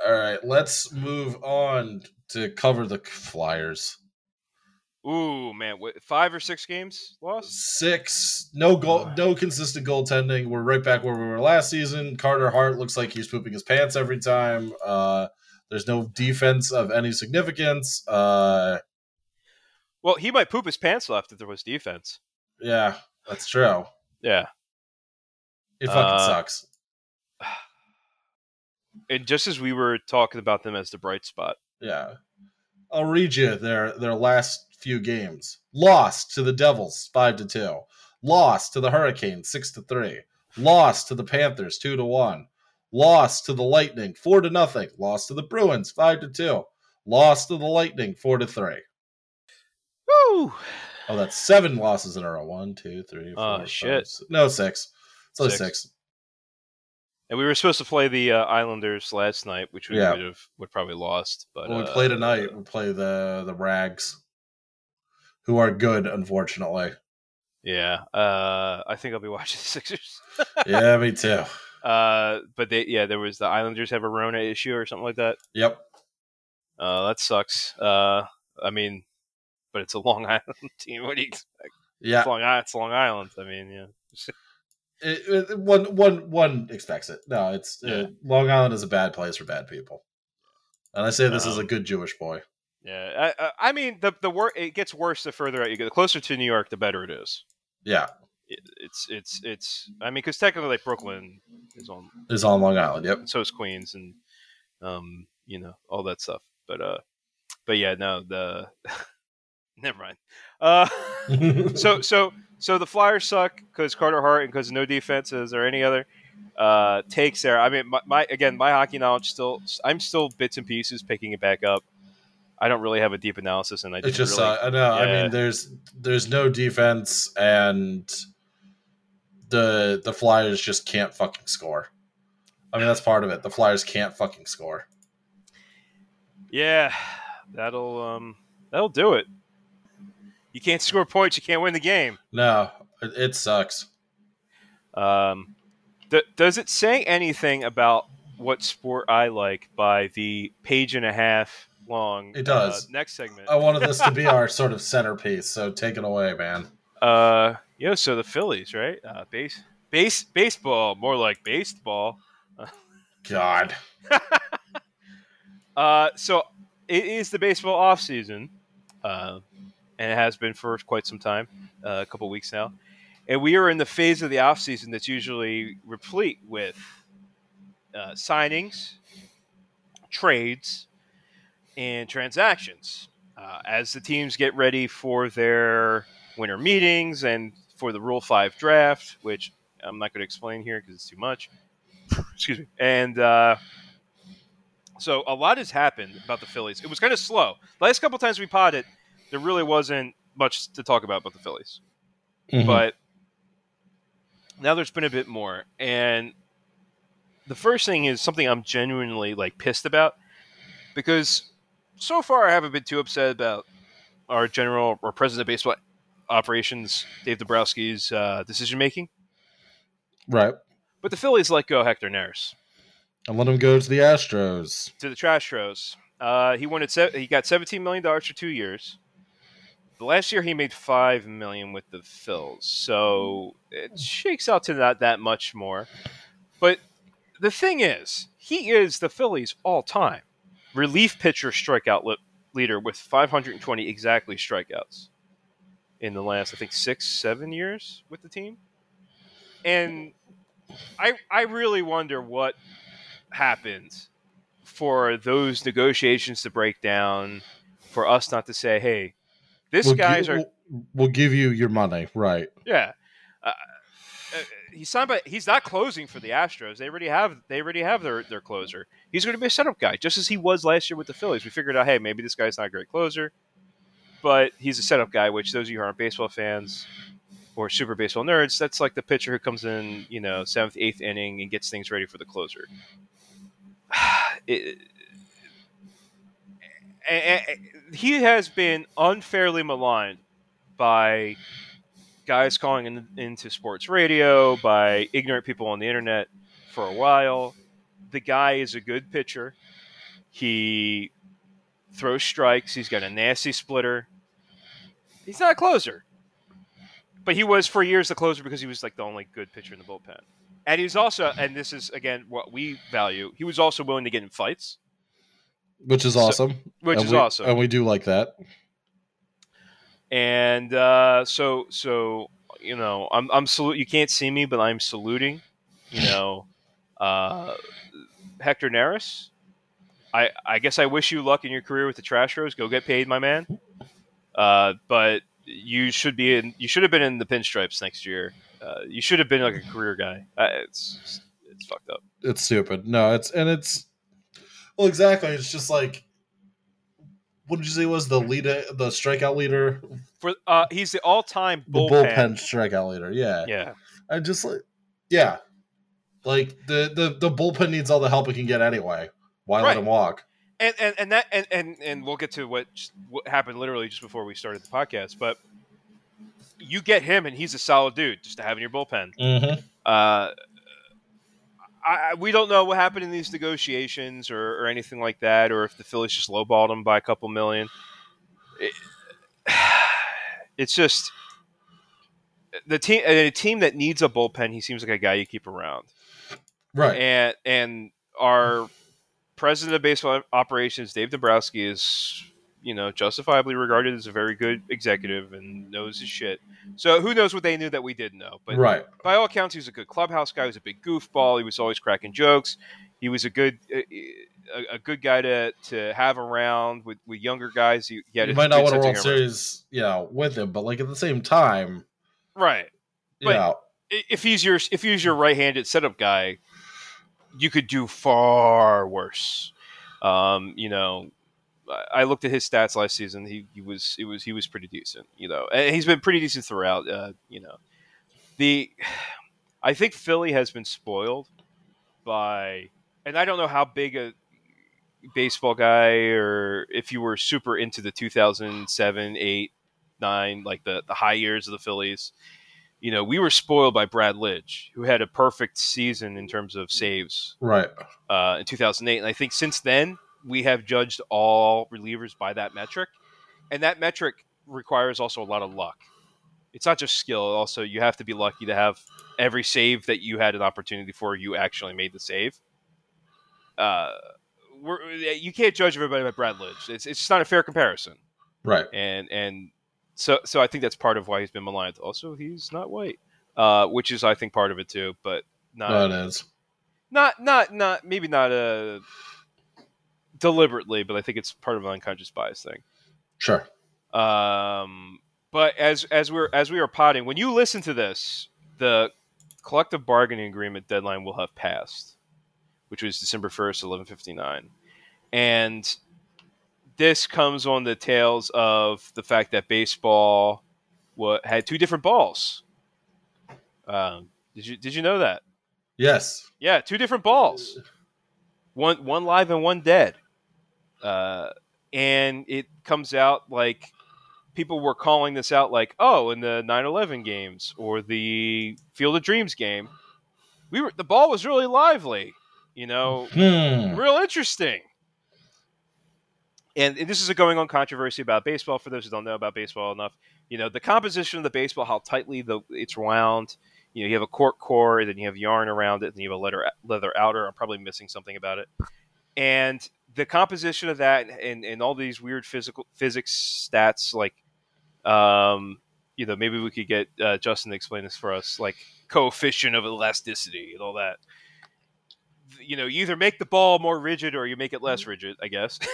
[SPEAKER 7] All right, let's move on to cover the Flyers.
[SPEAKER 8] Ooh man, what, five or six games lost.
[SPEAKER 7] Six, no
[SPEAKER 8] Uh.
[SPEAKER 7] goal, no consistent goaltending. We're right back where we were last season. Carter Hart looks like he's pooping his pants every time. Uh, there's no defense of any significance. Uh,
[SPEAKER 8] Well, he might poop his pants left if there was defense.
[SPEAKER 7] yeah, that's true.
[SPEAKER 8] Yeah,
[SPEAKER 7] It fucking
[SPEAKER 8] Uh,
[SPEAKER 7] sucks.
[SPEAKER 8] and just as we were talking about them as the bright spot.
[SPEAKER 7] Yeah, I'll read you their their last few games. Lost to the Devils five to two. Lost to the Hurricanes six to three. Lost to the Panthers two to one. Lost to the Lightning, four to nothing. Lost to the Bruins, five to two. Lost to the Lightning, four to three.
[SPEAKER 8] Woo!
[SPEAKER 7] Oh, that's seven losses in a row. One, two, three, four.
[SPEAKER 8] Oh,
[SPEAKER 7] five,
[SPEAKER 8] shit.
[SPEAKER 7] si- no, six. It's only
[SPEAKER 8] Six.
[SPEAKER 7] six.
[SPEAKER 8] And we were supposed to play the uh, Islanders last night, which we
[SPEAKER 7] Yeah.
[SPEAKER 8] would have would probably lost. But
[SPEAKER 7] When we
[SPEAKER 8] uh,
[SPEAKER 7] play tonight, we play the the Rags, who are
[SPEAKER 8] <laughs>
[SPEAKER 7] good, unfortunately.
[SPEAKER 8] yeah, uh, I think I'll be <laughs> watching the Sixers.
[SPEAKER 7] yeah, me too.
[SPEAKER 8] Uh, but they, yeah, there was the Islanders have a Rona issue or something like that.
[SPEAKER 7] Yep.
[SPEAKER 8] Uh, that sucks. Uh, I mean, but it's a <laughs> Long Island team. What do you? expect?
[SPEAKER 7] Yeah.
[SPEAKER 8] It's Long Island. It's Long Island. I mean, yeah.
[SPEAKER 7] It, it, one one one expects it. No, it's uh, Long Island is a bad place for bad people, and I say this as a
[SPEAKER 8] Um,
[SPEAKER 7] good Jewish boy.
[SPEAKER 8] Yeah, I, I, I mean the the wor- it gets worse the further out you go. The closer to New York, the better it is.
[SPEAKER 7] Yeah,
[SPEAKER 8] It, it's it's it's. I mean, because technically like, Brooklyn is on,
[SPEAKER 7] is on Long
[SPEAKER 8] <laughs>
[SPEAKER 7] Island. Yep.
[SPEAKER 8] so is Queens, and um, you know all that stuff. But uh, but yeah, no, the <laughs> never mind. Uh, <laughs> so so so the Flyers suck because Carter Hart and because no defense. Is there any other uh takes there? I mean, my, my again, my hockey knowledge still. I'm still bits and pieces picking it back up. I don't really have a deep analysis, and I
[SPEAKER 7] <laughs> It's
[SPEAKER 8] didn't
[SPEAKER 7] just
[SPEAKER 8] really,
[SPEAKER 7] uh, I know. I
[SPEAKER 8] yeah.
[SPEAKER 7] mean, there's there's no defense, and the the Flyers just can't fucking score. I mean, that's part of it. The Flyers can't fucking score.
[SPEAKER 8] Yeah, that'll um, that'll do it. You can't score points, you can't win the game.
[SPEAKER 7] No, it, it sucks.
[SPEAKER 8] Um, th- does it say anything about what sport I like by the page and a half long?
[SPEAKER 7] It does. Oh.
[SPEAKER 8] Uh, next segment.
[SPEAKER 7] I wanted this
[SPEAKER 8] <laughs>
[SPEAKER 7] to be our sort of centerpiece, so take it away, man.
[SPEAKER 8] Uh, yo, so the Phillies, right? Uh, base, base, baseball, more like baseball.
[SPEAKER 7] God,
[SPEAKER 8] Uh, so it is the baseball off season, uh, and it has been for quite some time, uh, a couple weeks now, and we are in the phase of the off season that's usually replete with uh, signings, trades, and transactions uh, as the teams get ready for their winter meetings and for the Rule Five draft, which I'm not going to explain here because it's too much. <laughs> Excuse me, and. Uh, so a lot has happened about the Phillies. It was kind of slow. Last couple times we potted, there really wasn't much to talk about about the Phillies.
[SPEAKER 7] Mm-hmm.
[SPEAKER 8] But now there's been a bit more. And the first thing is something I'm genuinely like pissed about because so far I haven't been too upset about our general or president of baseball operations, Dave Dabrowski's uh, decision making.
[SPEAKER 7] right?
[SPEAKER 8] But the Phillies let go Hector Neris.
[SPEAKER 7] And let him go to the Astros.
[SPEAKER 8] to the trash throws. Uh, he wanted se- he got seventeen million dollars for two years. The last year he made five million with the Phils, so it shakes out to not that much more. But the thing is, he is the Phillies all time relief pitcher strikeout li- leader with five hundred and twenty exactly strikeouts in the last I think six seven years with the team, and I I really wonder what happened for those negotiations to break down, for us not to say, "Hey, this
[SPEAKER 7] We'll
[SPEAKER 8] guy's
[SPEAKER 7] gi-
[SPEAKER 8] our
[SPEAKER 7] we'll, we'll give you your money, right?
[SPEAKER 8] yeah." Uh, uh, he's signed by. He's not closing for the Astros. They already have. They already have their, their closer. He's going to be a setup guy, just as he was last year with the Phillies. We figured out, hey, maybe this guy's not a great closer, but he's a setup guy. Which those of you who aren't baseball fans or super baseball nerds, that's like the pitcher who comes in, you know, seventh, eighth inning and gets things ready for the closer. <sighs> It- a- a- he has been unfairly maligned by guys calling in, into sports radio, by ignorant people on the internet for a while. The guy is a good pitcher. He throws strikes. He's got a nasty splitter. He's not a closer. But he was for years the closer because he was like the only good pitcher in the bullpen. And he's also, and this is again what we value, he was also willing to get in fights,
[SPEAKER 7] Which is
[SPEAKER 8] So-
[SPEAKER 7] awesome.
[SPEAKER 8] which
[SPEAKER 7] And
[SPEAKER 8] is
[SPEAKER 7] we-
[SPEAKER 8] awesome.
[SPEAKER 7] and we do like that.
[SPEAKER 8] and uh, so so you know I'm I'm salute. You can't see me, but I'm saluting. You know, uh, Hector Neris. I I guess I wish you luck in your career with the Trash Rose. Go get paid, my man. Uh, but you should be in. You should have been in the Pinstripes next year. Uh, you should have been like a career guy. Uh, it's It's fucked up.
[SPEAKER 7] it's stupid. No, it's and it's well exactly. It's just like what did you say was the leader, the strikeout leader,
[SPEAKER 8] For uh, he's the all-time
[SPEAKER 7] the
[SPEAKER 8] bullpen.
[SPEAKER 7] bullpen, strikeout leader? Yeah,
[SPEAKER 8] Yeah,
[SPEAKER 7] I just like yeah, like the the the bullpen needs all the help it can get anyway. Why let
[SPEAKER 8] Right.
[SPEAKER 7] him walk?
[SPEAKER 8] and and and that and and, and we'll get to what what happened literally just before we started the podcast, but. You get him, and he's a solid dude just to have in your bullpen.
[SPEAKER 7] Mm-hmm.
[SPEAKER 8] Uh, I, I- we don't know what happened in these negotiations or, or anything like that, or if the Phillies just lowballed him by a couple million. It- <sighs> it's just the team, a team that needs a bullpen. He seems like a guy you keep around,
[SPEAKER 7] Right.
[SPEAKER 8] and and our president of baseball operations, Dave Dombrowski, is you know justifiably regarded as a very good executive and knows his shit. So who knows what they knew that we didn't know? But
[SPEAKER 7] right.
[SPEAKER 8] by all accounts, he was a good clubhouse guy. He was a big goofball. He was always cracking jokes. He was a good uh, a, a good guy to, to have around with, with younger guys. He, he had
[SPEAKER 7] you
[SPEAKER 8] a
[SPEAKER 7] might not
[SPEAKER 8] good
[SPEAKER 7] win a
[SPEAKER 8] sense of
[SPEAKER 7] World
[SPEAKER 8] humor.
[SPEAKER 7] Series, you know, with him, but like at the same time,
[SPEAKER 8] right?
[SPEAKER 7] you
[SPEAKER 8] But-
[SPEAKER 7] know,
[SPEAKER 8] I- If he's your if he's your right-handed setup guy, you could do far worse. Um, you know, I- I looked at his stats last season. He, he was it was he was pretty decent. You know, and he's been pretty decent throughout. Uh, you know, the I think Philly has been spoiled by, and I don't know how big a baseball guy or if you were super into the 2007, 8, 9, like the, the high years of the Phillies. You know, we were spoiled by Brad Lidge, who had a perfect season in terms of saves
[SPEAKER 7] right.
[SPEAKER 8] uh, in 2008. And I think since then, we have judged all relievers by that metric. And that metric requires also a lot of luck. It's not just skill, also, you have to be lucky to have every save that you had an opportunity for, you actually made the save. Uh, we're, you can't judge everybody by Brad Lidge. It's, it's just not a fair comparison
[SPEAKER 7] Right.
[SPEAKER 8] and and so so I think that's part of why he's been maligned. Also, he's not white, uh, which is I think part of it too, but not
[SPEAKER 7] No, it is.
[SPEAKER 8] not not not maybe not uh, deliberately, but I think it's part of an unconscious bias thing.
[SPEAKER 7] Sure.
[SPEAKER 8] Um, but as as we're as we are potting, when you listen to this, the collective bargaining agreement deadline will have passed, which was December first, eleven fifty nine, and this comes on the tails of the fact that baseball wa had two different balls. Um, did you did you know that?
[SPEAKER 7] Yes.
[SPEAKER 8] Yeah, two different balls. One one live and one dead. Uh, and it comes out like people were calling this out like, oh, in the 9/11 games or the Field of Dreams game, we were the ball was really lively, you know,
[SPEAKER 7] Hmm.
[SPEAKER 8] real interesting. And, and this is a going on controversy about baseball. For those who don't know about baseball enough, you know the composition of the baseball, how tightly the it's wound. You know, you have a cork core, then you have yarn around it, then you have a leather leather outer. I'm probably missing something about it. And the composition of that, and, and all these weird physical physics stats, like, um, you know, maybe we could get uh, Justin to explain this for us, like coefficient of elasticity and all that you know, you either make the ball more rigid or you make it less rigid, I guess. <laughs>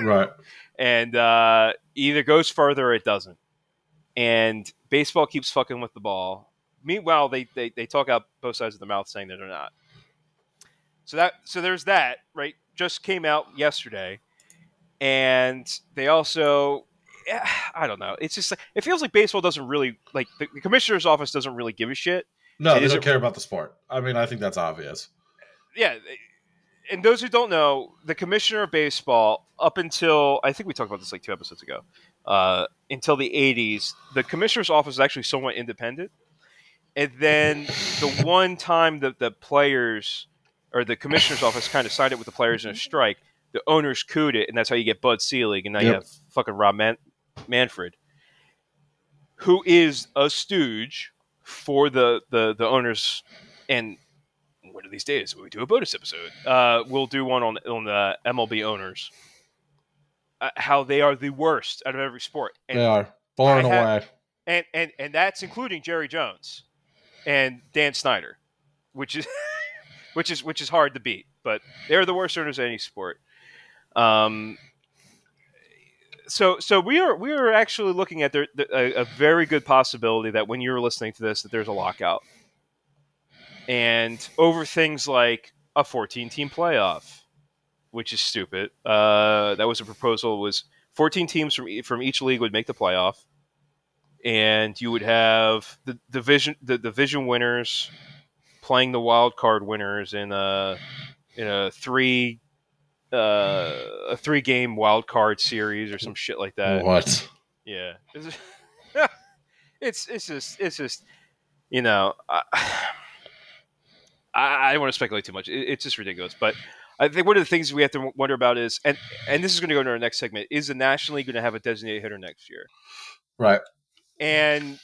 [SPEAKER 7] Right.
[SPEAKER 8] and uh, either goes further or it doesn't. And baseball keeps fucking with the ball. Meanwhile, they, they, they talk out both sides of their mouth saying that they're not. So that so there's that, right? Just came out yesterday. And they also <sighs> eh, I don't know. It's just like it feels like baseball doesn't really like the, the commissioner's office doesn't really give a shit.
[SPEAKER 7] No,
[SPEAKER 8] It
[SPEAKER 7] they
[SPEAKER 8] is
[SPEAKER 7] don't
[SPEAKER 8] a-
[SPEAKER 7] care about the sport. I mean, I think that's obvious.
[SPEAKER 8] yeah. And those who don't know, the commissioner of baseball, up until I think we talked about this like two episodes ago, uh, until the '80s, the commissioner's office was actually somewhat independent. And then the one time that the players or the commissioner's office kind of sided with the players in a strike, the owners cooed it, and that's how you get Bud Selig, and now you
[SPEAKER 7] Yep.
[SPEAKER 8] have fucking Rob Man- Manfred, who is a stooge for the the the owners and one of these days when we do a bonus episode, uh, we'll do one on on the MLB owners, uh, how they are the worst out of every sport,
[SPEAKER 7] they
[SPEAKER 8] and,
[SPEAKER 7] are far and
[SPEAKER 8] I ha-
[SPEAKER 7] away.
[SPEAKER 8] and and and that's including Jerry Jones and Dan Snyder, which is <laughs> which is which is hard to beat, but they're the worst owners in any sport. Um. So, so we are we are actually looking at there, the, a, a very good possibility that when you're listening to this, that there's a lockout and over things like a 14 team playoff, which is stupid. Uh, that was a proposal was 14 teams from e- from each league would make the playoff, and you would have the division the division winners playing the wild card winners in a in a three uh, a three game wild card series or some shit like that.
[SPEAKER 7] what?
[SPEAKER 8] Yeah, it's <laughs> it's, it's just it's just you know I <sighs> I, I don't want to speculate too much. It, it's just ridiculous. But I think one of the things we have to wonder about is and and this is going to go into our next segment is the National League going to have a designated hitter next year?
[SPEAKER 7] Right.
[SPEAKER 8] And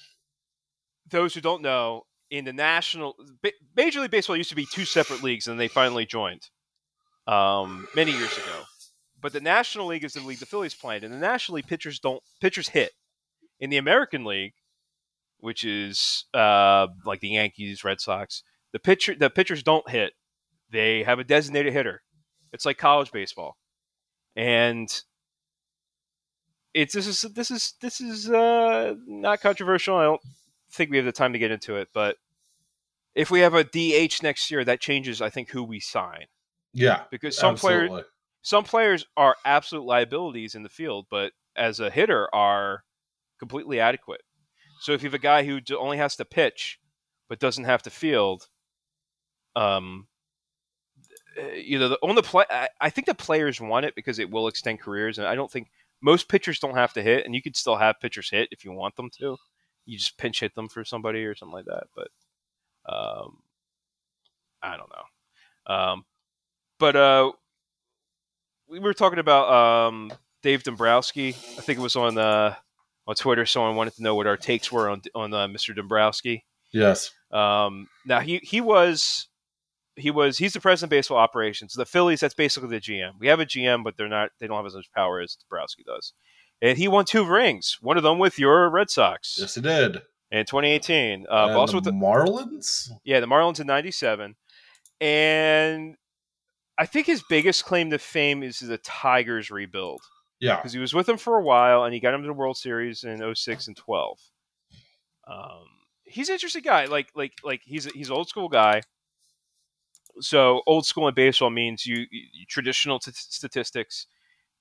[SPEAKER 8] those who don't know, in the National Ba- Major League Baseball used to be two separate leagues, and they finally joined um, many years ago. But the National League is the league the Phillies played, and the National League pitchers don't pitchers hit. In the American League, which is uh, like the Yankees, Red Sox, the pitcher the pitchers don't hit; they have a designated hitter. It's like college baseball, and it's this is this is this is uh, not controversial. I don't think we have the time to get into it, but if we have a DH next year, that changes I think who we sign
[SPEAKER 7] Yeah.
[SPEAKER 8] because some players
[SPEAKER 7] absolutely.
[SPEAKER 8] some players are absolute liabilities in the field, but as a hitter are completely adequate. So if you have a guy who d- only has to pitch but doesn't have to field, um, uh, you know, the, on the play, I, I think the players want it because it will extend careers, and I don't think most pitchers don't have to hit, and you could still have pitchers hit if you want them to. You just pinch hit them for somebody or something like that, but um, I don't know. Um, but uh, we were talking about um, Dave Dombrowski. I think it was on uh, on Twitter. Someone wanted to know what our takes were on on uh, Mr. Dombrowski.
[SPEAKER 7] Yes.
[SPEAKER 8] Um, now he he was he was he's the president of baseball operations. The Phillies that's basically the GM. We have a GM, but they're not they don't have as much power as Dombrowski does. And he won two rings. One of them with your Red Sox
[SPEAKER 7] Yes, he did.
[SPEAKER 8] in 2018. Uh, but
[SPEAKER 7] And
[SPEAKER 8] also with
[SPEAKER 7] the
[SPEAKER 8] the
[SPEAKER 7] Marlins.
[SPEAKER 8] yeah, the Marlins in '97, and I think his biggest claim to fame is the Tigers rebuild
[SPEAKER 7] Yeah.
[SPEAKER 8] because he was with them for a while and he got him to the World Series in 06 and 12. Um, he's an interesting guy. Like like like he's a, he's an old school guy. So old school in baseball means you, you traditional t- statistics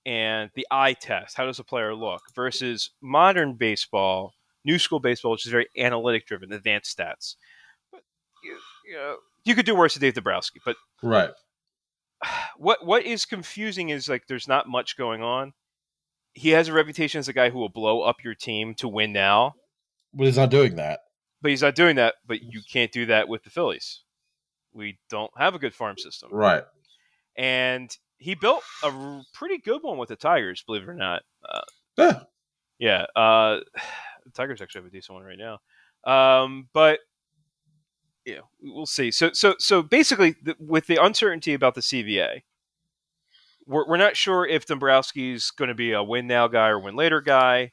[SPEAKER 8] and the eye test. How does a player look versus modern baseball, new school baseball, which is very analytic driven, advanced stats. But you, you know, you could do worse to Dave Dabrowski, but
[SPEAKER 7] Right.
[SPEAKER 8] what what is confusing is like there's not much going on. He has a reputation as a guy who will blow up your team to win now,
[SPEAKER 7] But he's not doing that.
[SPEAKER 8] but he's not doing that. But you can't do that with the Phillies. We don't have a good farm system,
[SPEAKER 7] Right.
[SPEAKER 8] and he built a r- pretty good one with the Tigers, believe it or not. Uh,
[SPEAKER 7] Yeah.
[SPEAKER 8] yeah, uh, <sighs> the Tigers actually have a decent one right now, um, but yeah, we'll see. So, so, so basically, the, with the uncertainty about the CBA, we're, we're not sure if Dombrowski's going to be a win now guy or win later guy.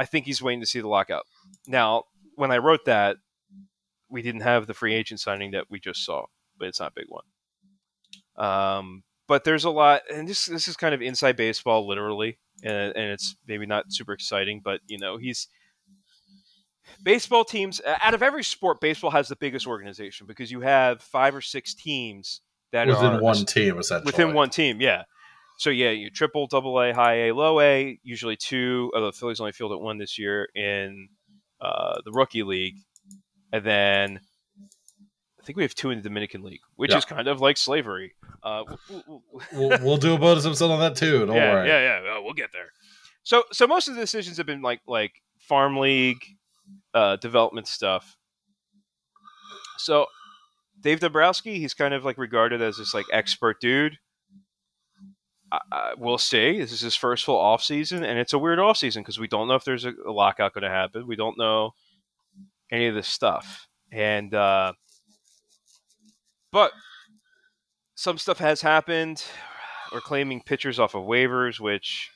[SPEAKER 8] I think he's waiting to see the lockout. Now, when I wrote that, we didn't have the free agent signing that we just saw, but it's not a big one. Um, but there's a lot, and this this is kind of inside baseball, literally, and, and it's maybe not super exciting, but you know he's baseball teams uh, out of every sport, baseball has the biggest organization because you have five or six teams that
[SPEAKER 7] Within
[SPEAKER 8] are
[SPEAKER 7] one team, essentially.
[SPEAKER 8] within one team. Yeah. So yeah, you triple, double A, high A, low A. Usually two. Although the Phillies only fielded one this year in uh, the rookie league, and then I think we have two in the Dominican League, which
[SPEAKER 7] Yeah.
[SPEAKER 8] is kind of like slavery. Uh, w- w- w-
[SPEAKER 7] <laughs> we'll, we'll do a bonus episode on that too. Don't
[SPEAKER 8] yeah,
[SPEAKER 7] worry.
[SPEAKER 8] yeah, yeah. Oh, we'll get there. So, so most of the decisions have been like like farm league, uh, development stuff. So, Dave Dombrowski, he's kind of like regarded as this like expert dude. I, I, we'll see. This is his first full off season, and it's a weird off season because we don't know if there's a, a lockout going to happen. We don't know any of this stuff, and uh, but some stuff has happened. We're claiming pitchers off of waivers, which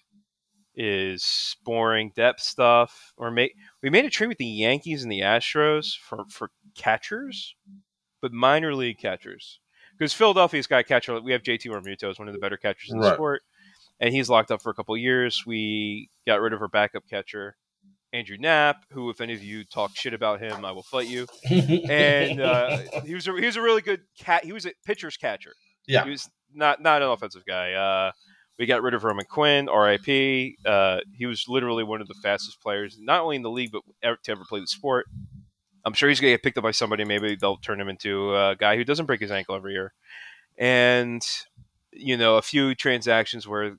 [SPEAKER 8] is boring depth stuff. Or make we made a trade with the Yankees and the Astros for for catchers, but minor league catchers. Because Philadelphia's got a catcher. We have JT Realmuto is one of the better catchers in the
[SPEAKER 7] Right.
[SPEAKER 8] sport, and he's locked up for a couple of years. We got rid of our backup catcher, Andrew Knapp, who, if any of you talk shit about him, I will fight you. And uh, he was a, he was a really good cat. He was a pitcher's catcher.
[SPEAKER 7] Yeah.
[SPEAKER 8] he was not not an offensive guy. Uh, we got rid of Roman Quinn, RIP. Uh, he was literally one of the fastest players, not only in the league but ever, to ever play the sport. I'm sure he's going to get picked up by somebody. Maybe they'll turn him into a guy who doesn't break his ankle every year. And you know, a few transactions where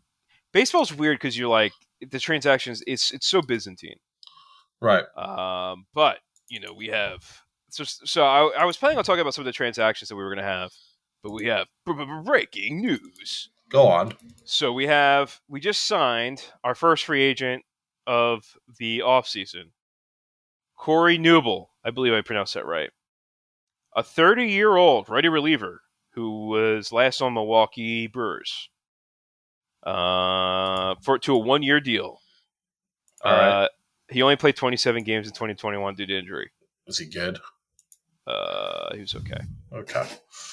[SPEAKER 8] baseball's weird because you're like the transactions. It's it's so Byzantine.
[SPEAKER 7] right.
[SPEAKER 8] Um, but you know, we have so so I, I was planning on talking about some of the transactions that we were going to have, but we have br- br- breaking news.
[SPEAKER 7] Go on.
[SPEAKER 8] So we have we just signed our first free agent of the offseason. Corey Newble, I believe I pronounced that right. A 30-year-old righty reliever who was last on Milwaukee Brewers. Uh, for to a one-year deal.
[SPEAKER 7] All right.
[SPEAKER 8] Uh, he only played 27 games in 2021 due to injury.
[SPEAKER 7] Is he good?
[SPEAKER 8] Uh, he was okay.
[SPEAKER 7] Okay.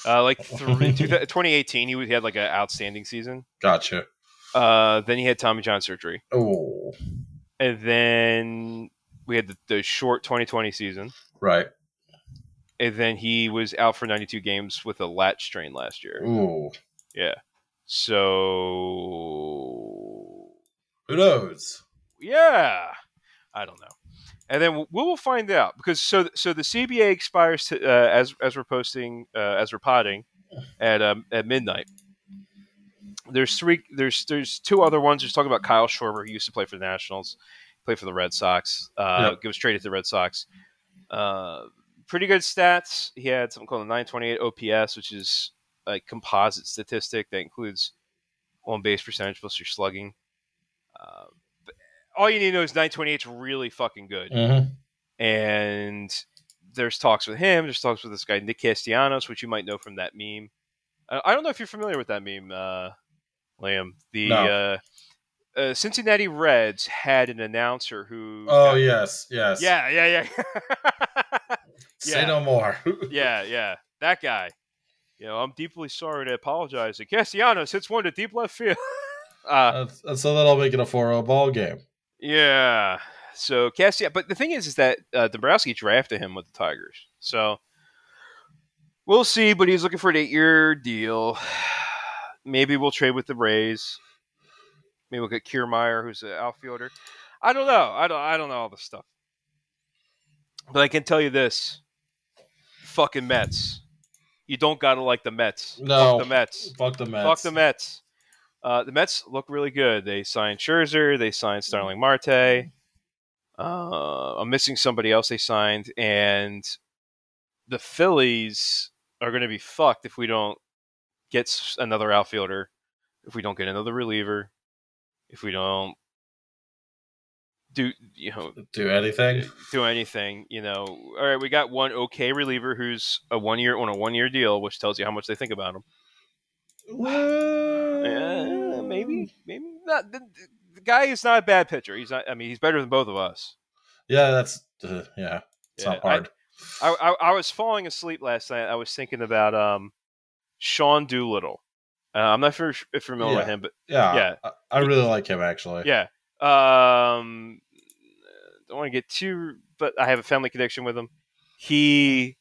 [SPEAKER 8] Uh,
[SPEAKER 7] <laughs>
[SPEAKER 8] like th- in 2000 2018, he was- he had like an outstanding season.
[SPEAKER 7] Gotcha.
[SPEAKER 8] Uh, then he had Tommy John surgery.
[SPEAKER 7] Oh,
[SPEAKER 8] and then we had the, the short 2020 season,
[SPEAKER 7] right.
[SPEAKER 8] and then he was out for 92 games with a lat strain last year.
[SPEAKER 7] Ooh.
[SPEAKER 8] So
[SPEAKER 7] Who knows?
[SPEAKER 8] yeah, I don't know. And then we will find out because so so the CBA expires to, uh, as as we're posting uh, as we're potting at um, at midnight. There's three. There's there's two other ones. Just talking about Kyle Schwarber. He used to play for the Nationals, play for the Red Sox. Uh,
[SPEAKER 7] Yeah.
[SPEAKER 8] Give us traded to the Red Sox. Uh, pretty good stats. He had something called a 928 OPS, which is a composite statistic that includes on base percentage plus your slugging. Uh, but all you need to know is 928 is really fucking good.
[SPEAKER 7] Mm-hmm.
[SPEAKER 8] And there's talks with him. There's talks with this guy Nick Castellanos, which you might know from that meme. I, I don't know if you're familiar with that meme, uh, Liam. The
[SPEAKER 7] No.
[SPEAKER 8] uh, uh, Cincinnati Reds had an announcer who.
[SPEAKER 7] Oh yes, yes.
[SPEAKER 8] Yeah, yeah, <laughs> yeah.
[SPEAKER 7] Say
[SPEAKER 8] yeah.
[SPEAKER 7] no more. <laughs>
[SPEAKER 8] yeah, yeah. That guy. You know, I'm deeply sorry to apologize. to Castellanos hits one to deep left field. <laughs> Uh,
[SPEAKER 7] That's- that's- so that'll make it a 4-0 ball game.
[SPEAKER 8] Yeah. So Cassia, but the thing is, is that uh, Dombrowski drafted him with the Tigers. So we'll see. But he's looking for an eight-year deal. <sighs> Maybe we'll trade with the Rays. Maybe we'll get Kiermaier, who's an outfielder. I don't know. I don't. I don't know all this stuff. But I can tell you this: fucking Mets. You don't gotta like the Mets.
[SPEAKER 7] No.
[SPEAKER 8] Fuck the Mets.
[SPEAKER 7] Fuck the Mets.
[SPEAKER 8] Fuck the Mets. Uh, the Mets look really good. They signed Scherzer. They signed Starling Marte. Uh, I'm missing somebody else they signed, and the Phillies are going to be fucked if we don't get s- another outfielder, if we don't get another reliever, if we don't do you know
[SPEAKER 7] Do anything?
[SPEAKER 8] do anything. You know, all right, we got one okay reliever who's a one year on a one year deal, which tells you how much they think about him. Uh, maybe, maybe not. The, the- the guy is not a bad pitcher. He's not. I mean, he's better than both of us.
[SPEAKER 7] Yeah, that's uh, yeah. It's
[SPEAKER 8] Yeah,
[SPEAKER 7] not hard.
[SPEAKER 8] I, I, I was falling asleep last night. I was thinking about um, Sean Doolittle. Uh, I'm not sure if you're familiar with
[SPEAKER 7] Yeah.
[SPEAKER 8] him, but
[SPEAKER 7] yeah,
[SPEAKER 8] yeah.
[SPEAKER 7] I, I really like him actually.
[SPEAKER 8] yeah. Um, don't want to get too, but I have a family connection with him. He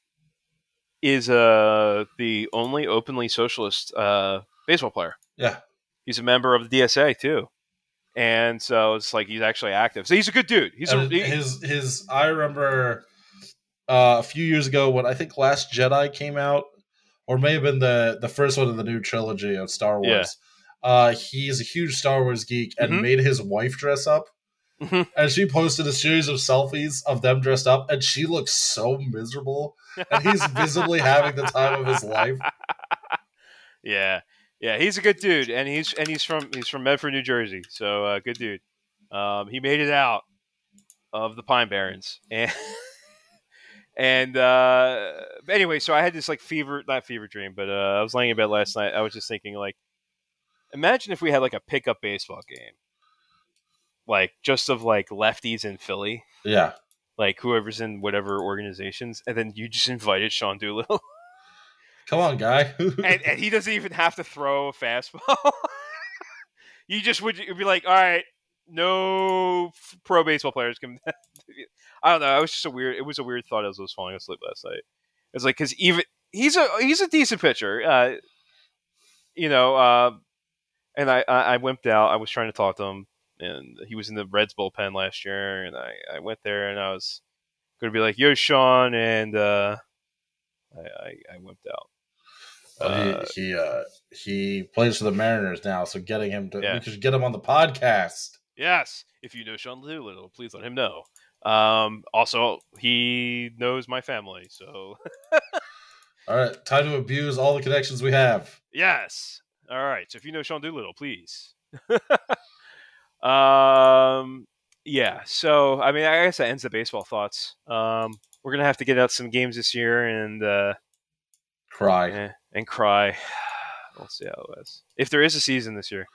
[SPEAKER 8] is uh, the only openly socialist uh, baseball player.
[SPEAKER 7] Yeah.
[SPEAKER 8] He's a member of the DSA too, and so it's like he's actually active. So he's a good dude. He's a
[SPEAKER 7] And
[SPEAKER 8] he-
[SPEAKER 7] his his. I remember uh, a few years ago when I think Last Jedi came out, or may have been the the first one of the new trilogy of Star Wars.
[SPEAKER 8] Yeah.
[SPEAKER 7] Uh, he's a huge Star Wars geek and
[SPEAKER 8] Mhm.
[SPEAKER 7] made his wife dress up.
[SPEAKER 8] Mhm.
[SPEAKER 7] And she posted a series of selfies of them dressed up, and she looks so miserable. And he's visibly having the time of his life.
[SPEAKER 8] yeah, yeah. He's a good dude, and he's and he's from he's from Medford, New Jersey. So uh, good dude. Um, he made it out of the Pine Barrens, <laughs> and and uh, anyway, so I had this like fever, not fever dream, but uh, I was laying in bed last night. I was just thinking like, imagine if we had like a pickup baseball game, like just of like lefties in Philly.
[SPEAKER 7] Yeah,
[SPEAKER 8] like whoever's in whatever organizations, and then you just <laughs> invited Sean Doolittle, <laughs>
[SPEAKER 7] come on, guy. <laughs>
[SPEAKER 8] and, and he <laughs> doesn't even have to throw a fastball. you just would you'd be like, all right, no f- pro baseball players can. <laughs> I don't know. I was just a weird. It was a weird thought as I was falling asleep last night. It's like because even he's a he's a decent pitcher. Uh, you know, uh, and I, I I wimped out. I was trying to talk to him, and he was in the Reds bullpen last year, and I I went there and I was going to be like, "Yo, Sean," and uh, I, I I wimped out.
[SPEAKER 7] Uh, he he, uh, he plays for the Mariners now, so getting him to
[SPEAKER 8] Yeah.
[SPEAKER 7] we should get him on the podcast.
[SPEAKER 8] Yes, if you know Sean Doolittle, please let him know. Um, also, he knows my family, so
[SPEAKER 7] All right, time to abuse all the connections we have.
[SPEAKER 8] yes. All right, so if you know Sean Doolittle, please. <laughs> um, yeah. So I mean, I guess that ends the baseball thoughts. Um, we're gonna have to get out some games this year and uh,
[SPEAKER 7] Cry.
[SPEAKER 8] eh, and cry. <sighs> We'll see how it is. If there is a season this year,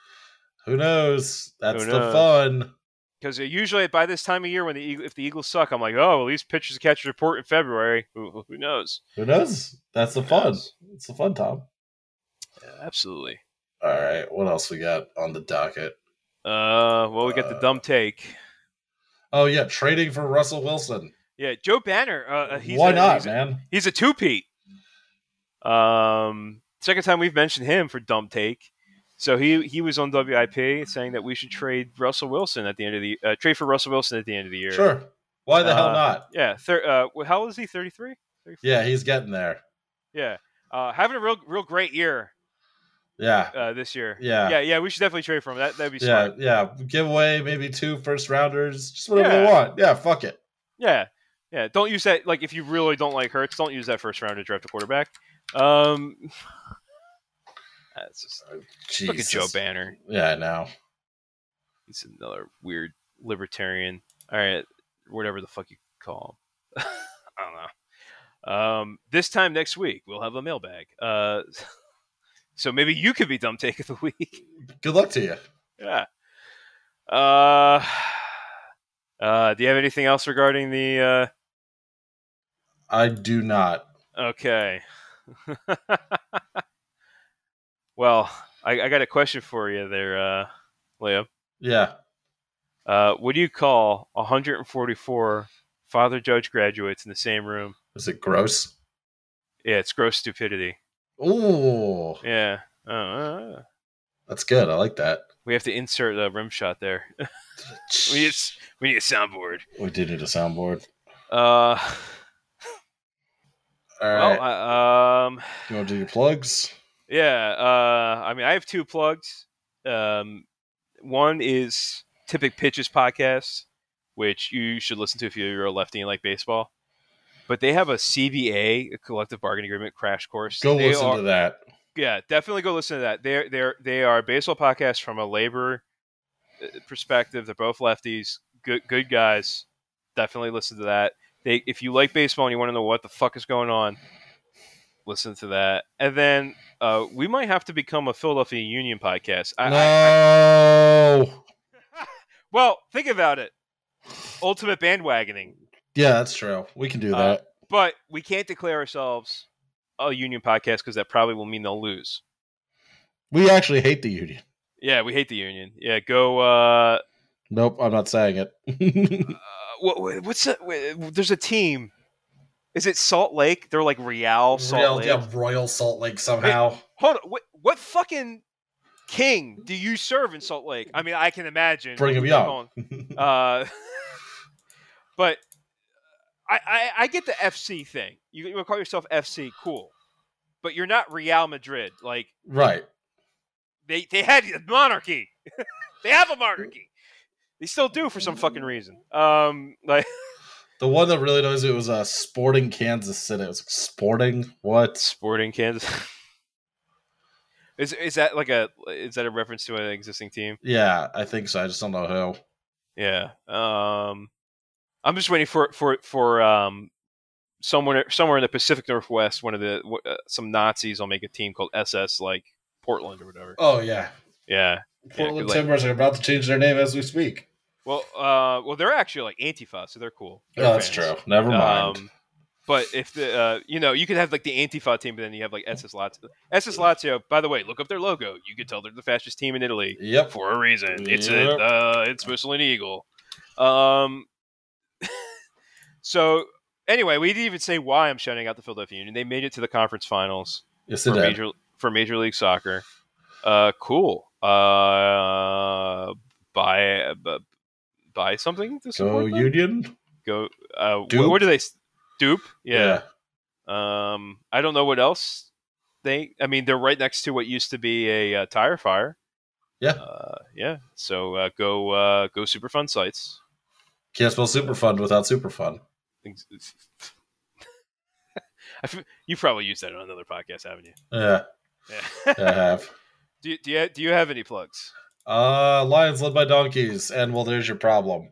[SPEAKER 7] Who knows? That's
[SPEAKER 8] Who
[SPEAKER 7] the
[SPEAKER 8] knows?
[SPEAKER 7] fun.
[SPEAKER 8] because uh, usually by this time of year, when the Eagle, if the Eagles suck, I'm like, oh, at least pitchers and catchers report in February. Who, who knows?
[SPEAKER 7] Who knows? That's the fun.
[SPEAKER 8] knows?
[SPEAKER 7] It's the fun, Tom.
[SPEAKER 8] Yeah, absolutely.
[SPEAKER 7] All right, what else we got on the docket?
[SPEAKER 8] Uh, well, we got the
[SPEAKER 7] Uh,
[SPEAKER 8] dumb take.
[SPEAKER 7] Oh yeah, trading for Russell Wilson.
[SPEAKER 8] Yeah, Joe Banner. Uh, uh, he's
[SPEAKER 7] Why
[SPEAKER 8] a,
[SPEAKER 7] not,
[SPEAKER 8] he's a-
[SPEAKER 7] man?
[SPEAKER 8] he's a two peat. Um, second time we've mentioned him for dumb take. So he he was on WIP saying that we should trade Russell Wilson at the end of the uh, trade for Russell Wilson at the end of the year.
[SPEAKER 7] Sure. Why the hell
[SPEAKER 8] Uh,
[SPEAKER 7] not?
[SPEAKER 8] Yeah. Thir- uh, wh- how old is he? Thirty three.
[SPEAKER 7] Yeah, he's getting there.
[SPEAKER 8] Yeah. Uh, having a real real great year
[SPEAKER 7] Yeah.
[SPEAKER 8] uh, this year.
[SPEAKER 7] Yeah.
[SPEAKER 8] Yeah. Yeah. We should definitely trade for him. That that'd be
[SPEAKER 7] Yeah,
[SPEAKER 8] smart.
[SPEAKER 7] yeah. Give away maybe two first rounders, just whatever they
[SPEAKER 8] Yeah.
[SPEAKER 7] want. Yeah, fuck it.
[SPEAKER 8] Yeah, yeah. Don't use that. Like, if you really don't like Hurts, don't use that first round to draft a quarterback. Um, <laughs> that's just
[SPEAKER 7] Jesus.
[SPEAKER 8] look at Joe Banner.
[SPEAKER 7] Yeah, I know.
[SPEAKER 8] He's another weird libertarian. All right, whatever the fuck you call him. <laughs> I don't know. Um, this time next week we'll have a mailbag. Uh, <laughs> so maybe you could be dumb take of the <laughs> week.
[SPEAKER 7] Good luck to you.
[SPEAKER 8] yeah. Uh, <sighs> uh, do you have anything else regarding the? Uh,
[SPEAKER 7] I do not.
[SPEAKER 8] Okay. <laughs> well, I, I got a question for you there, uh, Leo.
[SPEAKER 7] Yeah.
[SPEAKER 8] Uh, what do you call 144 father judge graduates in the same room?
[SPEAKER 7] Is it gross?
[SPEAKER 8] Yeah, it's gross stupidity.
[SPEAKER 7] Ooh,
[SPEAKER 8] Yeah. Oh, uh,
[SPEAKER 7] that's good. I like that.
[SPEAKER 8] we have to insert a rim shot there. <laughs> we, need, s- we need a soundboard.
[SPEAKER 7] We do need a soundboard.
[SPEAKER 8] Uh,
[SPEAKER 7] All
[SPEAKER 8] well,
[SPEAKER 7] right.
[SPEAKER 8] I- um,
[SPEAKER 7] you want to do your plugs?
[SPEAKER 8] Yeah, uh, I mean, I have two plugs. Um, one is Typic Pitches podcast, which you should listen to if you're a lefty and like baseball. But they have a CBA, a collective bargaining agreement crash course.
[SPEAKER 7] Go
[SPEAKER 8] They
[SPEAKER 7] listen
[SPEAKER 8] are-
[SPEAKER 7] to that.
[SPEAKER 8] Yeah, definitely go listen to that. They're they're they are a baseball podcast from a labor uh, perspective. They're both lefties, good good guys. Definitely listen to that. They if you like baseball and you want to know what the fuck is going on, listen to that. And then uh, we might have to become a Philadelphia Union podcast. I, I,
[SPEAKER 7] no.
[SPEAKER 8] well, think about it. Ultimate bandwagoning,
[SPEAKER 7] yeah, that's true. We can do
[SPEAKER 8] Uh,
[SPEAKER 7] that.
[SPEAKER 8] but we can't declare ourselves a union podcast because that probably will mean they'll lose.
[SPEAKER 7] We actually hate the union.
[SPEAKER 8] Yeah, we hate the union. Yeah, go. Uh,
[SPEAKER 7] Nope, I'm not saying it. <laughs>
[SPEAKER 8] uh, what, what's that? wh- There's a team. Is it Salt Lake? They're like Real Salt
[SPEAKER 7] Royal,
[SPEAKER 8] Lake.
[SPEAKER 7] yeah, Royal Salt Lake somehow.
[SPEAKER 8] Hold on. What, what fucking king do you serve in Salt Lake? I mean, I can imagine.
[SPEAKER 7] Brigham
[SPEAKER 8] Keep
[SPEAKER 7] Young.
[SPEAKER 8] going. Uh, <laughs> but I, I, I get the FC thing. You, you wanna call yourself FC, cool. But you're not Real Madrid. Like
[SPEAKER 7] right.
[SPEAKER 8] they, they had a monarchy. <laughs> they have a monarchy. They still do for some fucking reason. Um, like
[SPEAKER 7] The one that really knows it was uh, Sporting Kansas City. It was like, Sporting? What?
[SPEAKER 8] Sporting Kansas. <laughs> is is that like a is that a reference to an existing team?
[SPEAKER 7] Yeah, I think so. I just don't know who.
[SPEAKER 8] Yeah. Um, I'm just waiting for for for um someone somewhere in the Pacific Northwest, one of the wh- uh, some Nazis will make a team called SS like Portland or whatever.
[SPEAKER 7] Oh, yeah.
[SPEAKER 8] Yeah.
[SPEAKER 7] Portland
[SPEAKER 8] good luck.
[SPEAKER 7] Timbers are about to change their name as we speak.
[SPEAKER 8] Well, uh, well, they're actually like Antifa, so they're cool. They're
[SPEAKER 7] Oh, that's
[SPEAKER 8] fans.
[SPEAKER 7] true. Never mind.
[SPEAKER 8] Um, But if the uh, you know you could have like the Antifa team, but then you have like SS Lazio. SS Lazio, by the way, look up their logo. You could tell they're the fascist team in Italy
[SPEAKER 7] Yep.
[SPEAKER 8] for a reason. It's
[SPEAKER 7] Yep.
[SPEAKER 8] a uh, it's Mussolini eagle. Um, <laughs> so anyway, we didn't even say why I'm shouting out the Philadelphia Union. They made it to the conference finals
[SPEAKER 7] Yes, it
[SPEAKER 8] for
[SPEAKER 7] did.
[SPEAKER 8] major for Major League Soccer. Uh, cool. Uh, buy bu- buy something to
[SPEAKER 7] Go
[SPEAKER 8] support them?
[SPEAKER 7] Union.
[SPEAKER 8] Go. Uh, wh-
[SPEAKER 7] Dupe?
[SPEAKER 8] What do they? s- Dupe. Yeah. Um, I don't know what else they. I mean, they're right next to what used to be a uh, tire fire.
[SPEAKER 7] Yeah.
[SPEAKER 8] Uh, yeah. So uh, go uh, go super fun sites.
[SPEAKER 7] Can't spell Superfund without Superfund.
[SPEAKER 8] Things- <laughs> I f- you probably used that on another podcast, haven't you?
[SPEAKER 7] Yeah,
[SPEAKER 8] Yeah. <laughs>
[SPEAKER 7] I have.
[SPEAKER 8] do, you- do you do you have any plugs?
[SPEAKER 7] Uh, Lions led by donkeys, and well, there's your problem.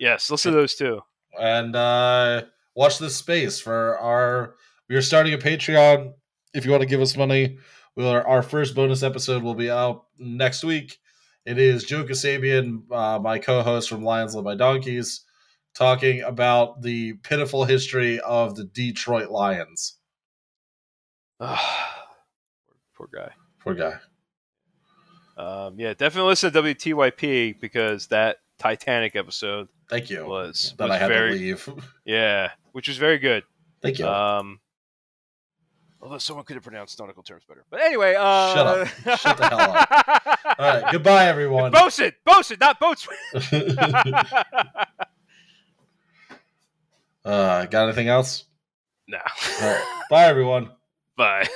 [SPEAKER 8] Yes, listen to those <sighs> two.
[SPEAKER 7] and uh, watch this space for our. We are starting a Patreon. If you want to give us money, we'll, our first bonus episode will be out next week. It is Joe Kasabian, uh, my co-host from Lions Led by Donkeys, talking about the pitiful history of the Detroit Lions.
[SPEAKER 8] poor, poor guy.
[SPEAKER 7] Poor guy.
[SPEAKER 8] Um, yeah, definitely listen to WTYP because that Titanic episode
[SPEAKER 7] Thank you.
[SPEAKER 8] was,
[SPEAKER 7] Oh, that
[SPEAKER 8] was
[SPEAKER 7] I had
[SPEAKER 8] very
[SPEAKER 7] to leave. <laughs>
[SPEAKER 8] yeah, which was very good.
[SPEAKER 7] Thank you.
[SPEAKER 8] Um, although someone could have pronounced nautical terms better. But anyway, uh, <laughs>
[SPEAKER 7] Shut up. Shut the hell All right. Goodbye, everyone.
[SPEAKER 8] <laughs>
[SPEAKER 7] <laughs>
[SPEAKER 8] Bosun, Bosun, not Boats. <laughs>
[SPEAKER 7] uh, got anything else?
[SPEAKER 8] no.
[SPEAKER 7] Uh, <laughs> All right. Bye, everyone.
[SPEAKER 8] Bye.